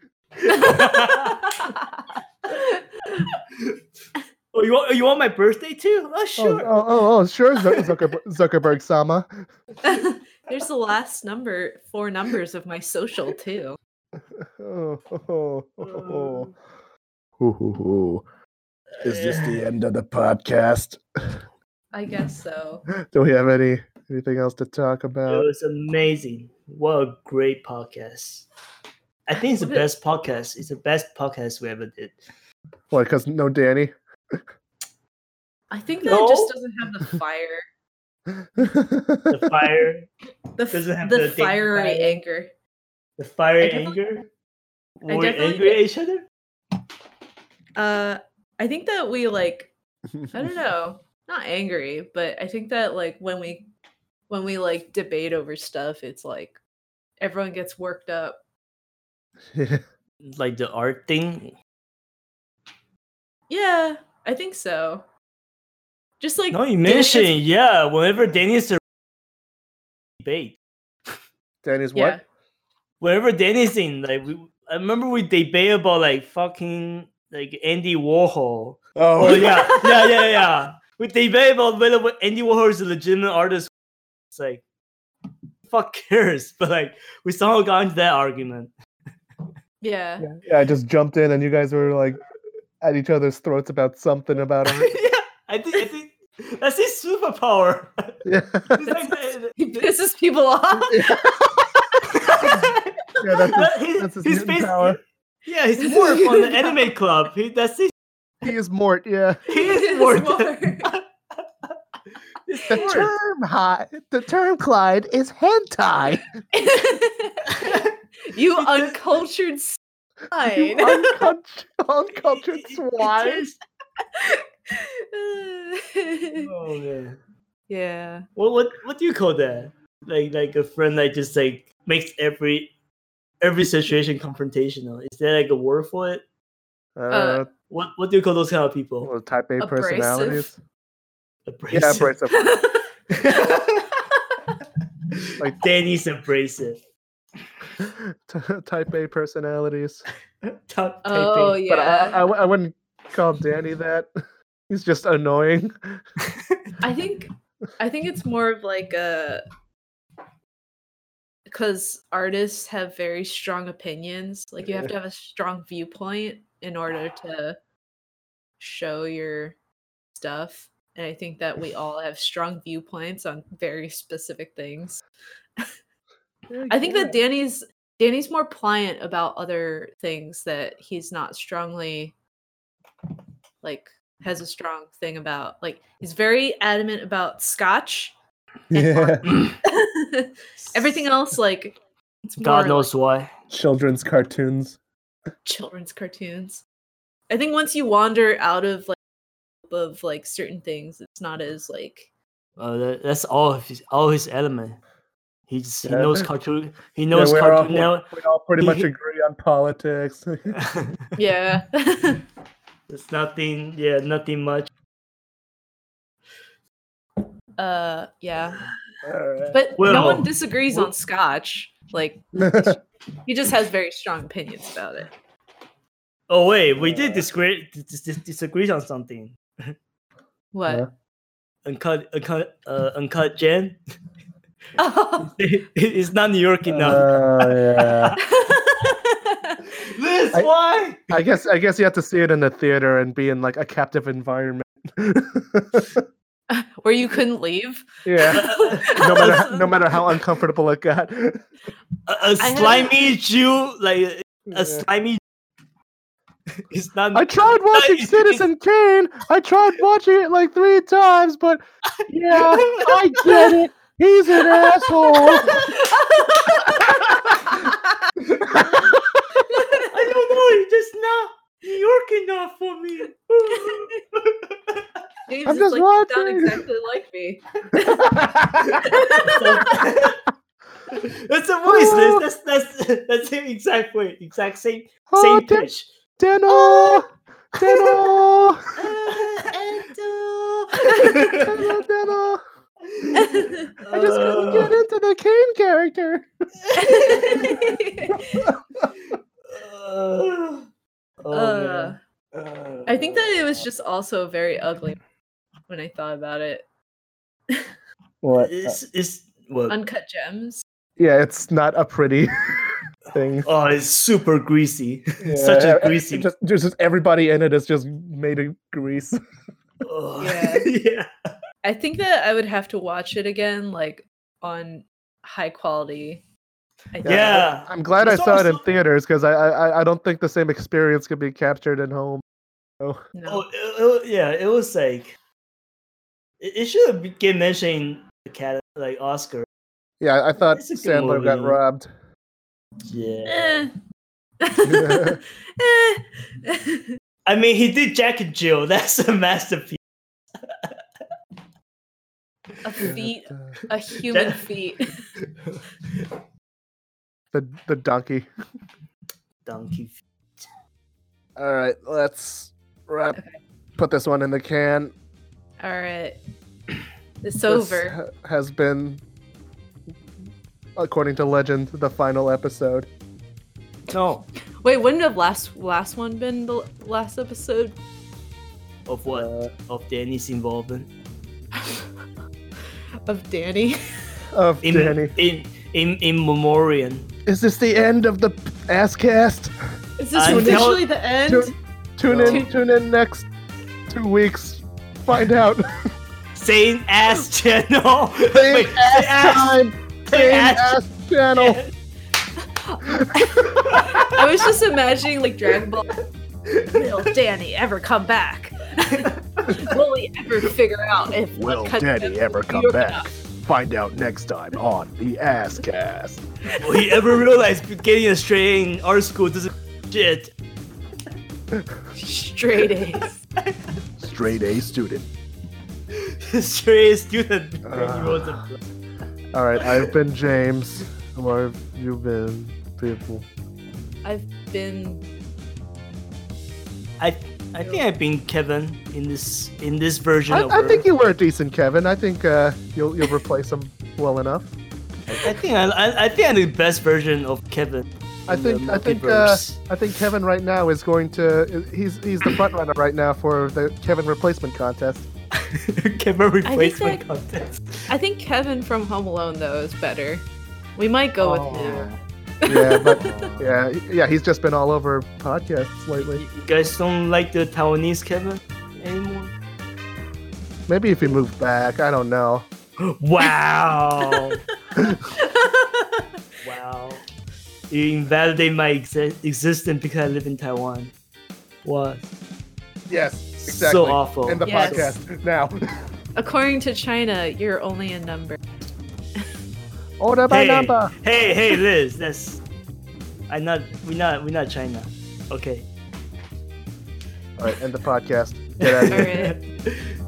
S3: Oh, you want you want my birthday too? Oh,
S1: Oh,
S3: sure.
S1: oh, oh, oh sure, Zuckerberg, Zuckerberg Sama.
S2: there's the last number four numbers of my social too
S1: Oh, oh, oh,
S3: Uh,
S1: oh. Hoo, hoo, hoo. Is this the end of the podcast?
S2: i guess so
S1: Do we have any anything else to talk
S3: It
S1: about?
S3: was amazing. What a great podcast. I think it's the
S2: Was it-
S3: best podcast. It's the best podcast we ever did.
S1: What? Because no Danny.
S2: i think that it just
S3: No.
S2: doesn't have the fire
S3: The fire,
S2: the, f-
S3: Doesn't have the
S2: the
S3: thing
S2: fiery
S3: fire.
S2: anger
S3: the fire
S2: I definitely-
S3: anger.
S2: I
S3: Were we
S2: definitely
S3: angry at each other?
S2: uh i think that we like I don't know, not angry, but I think that like when we when we like debate over stuff, it's like everyone gets worked up.
S1: Yeah.
S3: Like the art thing.
S2: Yeah, I think so. Just like
S3: No, you
S2: Danny gets-
S3: mentioned yeah. Whenever Danny's a debate,
S1: Danny's
S2: yeah,
S1: what?
S3: whenever Danny's in, like we, I remember we debate about like fucking like Andy Warhol.
S1: Oh,
S3: Oh yeah, yeah, yeah, yeah. We debate about whether what- Andy Warhol is a legitimate artist. It's like, fuck cares? But like, we somehow got into that argument.
S2: yeah,
S1: yeah. Yeah, I just jumped in, and you guys were like at each other's throats about something about
S3: yeah,
S1: it.
S3: I think, I think that's his superpower.
S1: yeah.
S3: It's like the-
S2: He pisses people off.
S3: the-
S1: yeah, that's his,
S3: that- his-
S1: that's his
S3: his
S1: mutant
S3: face-
S1: power.
S3: Yeah, he's more on the anime club. He, that's his.
S1: He is Mort. Yeah.
S3: He is
S2: It's
S3: more.
S2: more-
S1: The term hi, the term Clyde is hentai.
S3: He
S2: you
S3: does-
S2: uncultured swine.
S1: Uncultured, uncultured
S2: uh,
S1: swine.
S3: Oh man.
S2: yeah.
S3: What what what do you call that? Like like a friend that just like makes every every situation confrontational. Is there like a word for it?
S1: Uh,
S3: What what do you call those kind of people?
S1: well, type A personalities. Yeah,
S3: Abrasive.
S1: abrasive.
S3: like Danny's abrasive.
S1: T- type A personalities.
S3: Top type
S2: Oh
S3: A.
S2: yeah.
S1: But I, I, I wouldn't call Danny that. He's just annoying.
S2: I think I think it's more of like a because artists have very strong opinions. Like you have to have a strong viewpoint in order to show your stuff. And I think that we all have strong viewpoints on very specific things.
S1: Oh,
S2: I think that Danny's Danny's more pliant about other things that he's not strongly like has a strong thing about. Like he's very adamant about scotch.
S1: yeah.
S2: Everything else like it's more
S3: God knows why.
S1: children's cartoons.
S2: like, children's cartoons. I think once you wander out of like of like certain things, it's not as like
S3: Uh, that, that's all of his, all his element. He just he
S1: Yeah.
S3: knows cartoon. He knows
S1: we're all-
S3: cartoon now.
S1: We all pretty much
S3: He-
S1: agree on politics.
S2: yeah.
S3: it's nothing. Yeah, nothing much.
S2: uh yeah.
S1: Alright.
S2: But no
S3: Well,
S2: one disagrees on scotch. Like he just has very strong opinions about it.
S3: Oh wait, we did
S1: Yeah.
S3: disagree dis- dis- disagree on something.
S2: What?
S1: Huh?
S3: Uncut, uncut, uh, uncut. Jen,
S2: Oh.
S3: it's not New York enough.
S1: Oh, yeah.
S3: this
S1: I-
S3: why?
S1: I guess I guess you have to see it in the theater and be in like a captive environment.
S2: Where you couldn't leave.
S1: yeah. No matter how, no matter how uncomfortable it got.
S3: a, a
S2: I had-
S3: slimy Jew, like
S1: Yeah.
S3: a slimy. It's not.
S1: I tried watching
S3: it's-
S1: Citizen Kane. I tried watching it like three times, but yeah, I get it. He's an asshole.
S3: I don't know. It's just not New York enough for me.
S2: James
S1: I'm
S2: is
S1: just
S2: like, you sound
S1: watching."
S2: exactly like me.
S3: that's a voice. That's that's that's, that's the exact way, exact same
S1: oh,
S3: same
S1: Dan-
S3: pitch.
S1: Dano, Dano,
S3: Uh,
S1: Dano, Dano. I just couldn't get into the Kane character.
S3: Uh, oh,
S2: Uh,
S3: man. Uh,
S2: I think that it was just also very ugly when I thought about it.
S1: What?
S3: it's it's well,
S2: Uncut gems.
S1: Yeah, it's not a pretty thing.
S3: oh, it's super greasy. Such
S1: Yeah,
S3: a
S1: it
S3: greasy.
S1: Just, just everybody in it is just made of grease.
S3: oh,
S2: Yeah.
S3: yeah.
S2: I think that I would have to watch it again, like on high quality. I think.
S3: Yeah.
S1: I'm glad I
S3: It's
S1: saw it in
S3: also-
S1: theaters because I, I I don't think the same experience could be captured at home.
S2: No.
S3: Oh, it, it- yeah. It was like it, it should have been mentioning the cat like Oscar.
S1: Yeah, I thought
S3: It's a good
S1: Sandler got
S3: movie.
S1: robbed.
S3: Yeah.
S2: Eh. Eh.
S3: I mean, he did Jack and Jill. That's a masterpiece.
S2: a feet, a human feet.
S1: The the donkey.
S3: Donkey.
S1: All right, let's wrap. Put this one in the can.
S2: All right, it's
S1: This
S2: over.
S1: ha- has been, according to legend, the final episode.
S3: No.
S2: Wait, wouldn't have last last one been the l- last episode?
S3: Of what? of Danny's involvement.
S2: Of Danny.
S1: Of
S3: In
S1: Danny.
S3: in in in memoriam.
S1: Is this the end of the ass cast?
S2: Is this
S3: I'm tell-
S2: officially the end?
S1: Tune, tune in.
S2: No.
S1: Tune in next two weeks. Find out.
S3: Same ass channel.
S1: Same
S3: Wait,
S1: ass
S3: say ass.
S1: time.
S3: Same
S1: Same
S3: ass.
S1: ass channel.
S2: I was just imagining like Dragon Ball. Will Danny ever come back? Will he ever figure out if
S1: Will
S2: Uncut
S1: Danny
S2: Gems
S1: ever
S2: is
S1: come
S2: real or
S1: back?
S2: not?
S1: Find out next time on the ass cast.
S3: Will he ever realize getting a straight A in art school doesn't shit?
S2: Straight A's.
S1: Straight A student.
S3: straight A student. when he
S1: Ah.
S3: was a-
S1: All right, I've been James. Where have you been, people?
S2: I've been
S3: I I think I've been Kevin in this in this version of
S1: I, I
S3: her.
S1: think you were decent, Kevin. I think uh, you'll you'll replace him well enough.
S3: I I think I, I, I think I'm the best version of Kevin.
S1: I
S3: in the
S1: think I think uh,
S3: multiverse.
S1: I think Kevin right now is going to he's he's the front runner right now for the Kevin replacement contest.
S3: Kevin replacement
S2: that-
S3: contest.
S2: I think Kevin from Home Alone though is better. We might go with him.
S1: Oh. Yeah, but yeah, yeah, he's just been all over podcasts lately.
S3: You you guys don't like the Taiwanese Kevin anymore?
S1: Maybe if he moved back, I don't know.
S3: Wow. wow. You invalidate my exi- existence because I live in Taiwan. What?
S1: Yes, exactly.
S3: So awful.
S1: End the
S2: Yes.
S1: podcast now.
S2: According to China, you're only a number.
S1: Order by
S3: Hey,
S1: number.
S3: hey, hey, Liz. That's. I'm not. We're not. We're not China. Okay.
S1: All right, end the podcast. Get out of here.
S2: Alright.